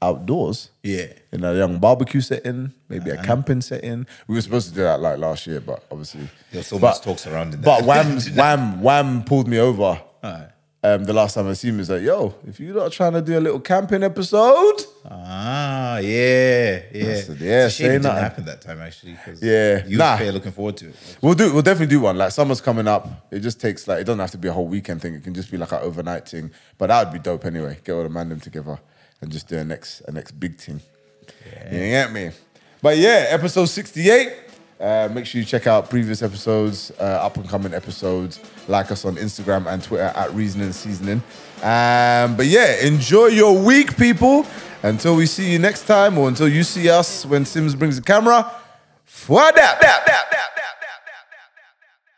outdoors, Yeah. in a young barbecue setting, maybe Uh-huh. a camping setting. We were supposed to do that like last year, but obviously There's so but- much talk surrounding that. But Wham, Wham, Wham pulled me over. Alright. Um, the last time I seen him, he's like, "Yo, if you're not trying to do a little camping episode, Ah, yeah, yeah. That's- yeah, It's a say shame it didn't nothing. happen that time actually. 'cause Yeah, you nah. were fair looking forward to it. we'll do. We'll definitely do one. Like summer's coming up. It just takes like it doesn't have to be a whole weekend thing. It can just be like an overnight thing. But that would be dope anyway. Get all the man them together and just do a next a next big thing. You get me? But yeah, episode sixty eight. Uh, make sure you check out previous episodes, uh, up and coming episodes. Like us on Instagram and Twitter at Reason and Seasoning. Um, but yeah, enjoy your week, people. Until we see you next time, or until you see us when Sims brings the camera. Fwa dap, dap, dap, dap, dap.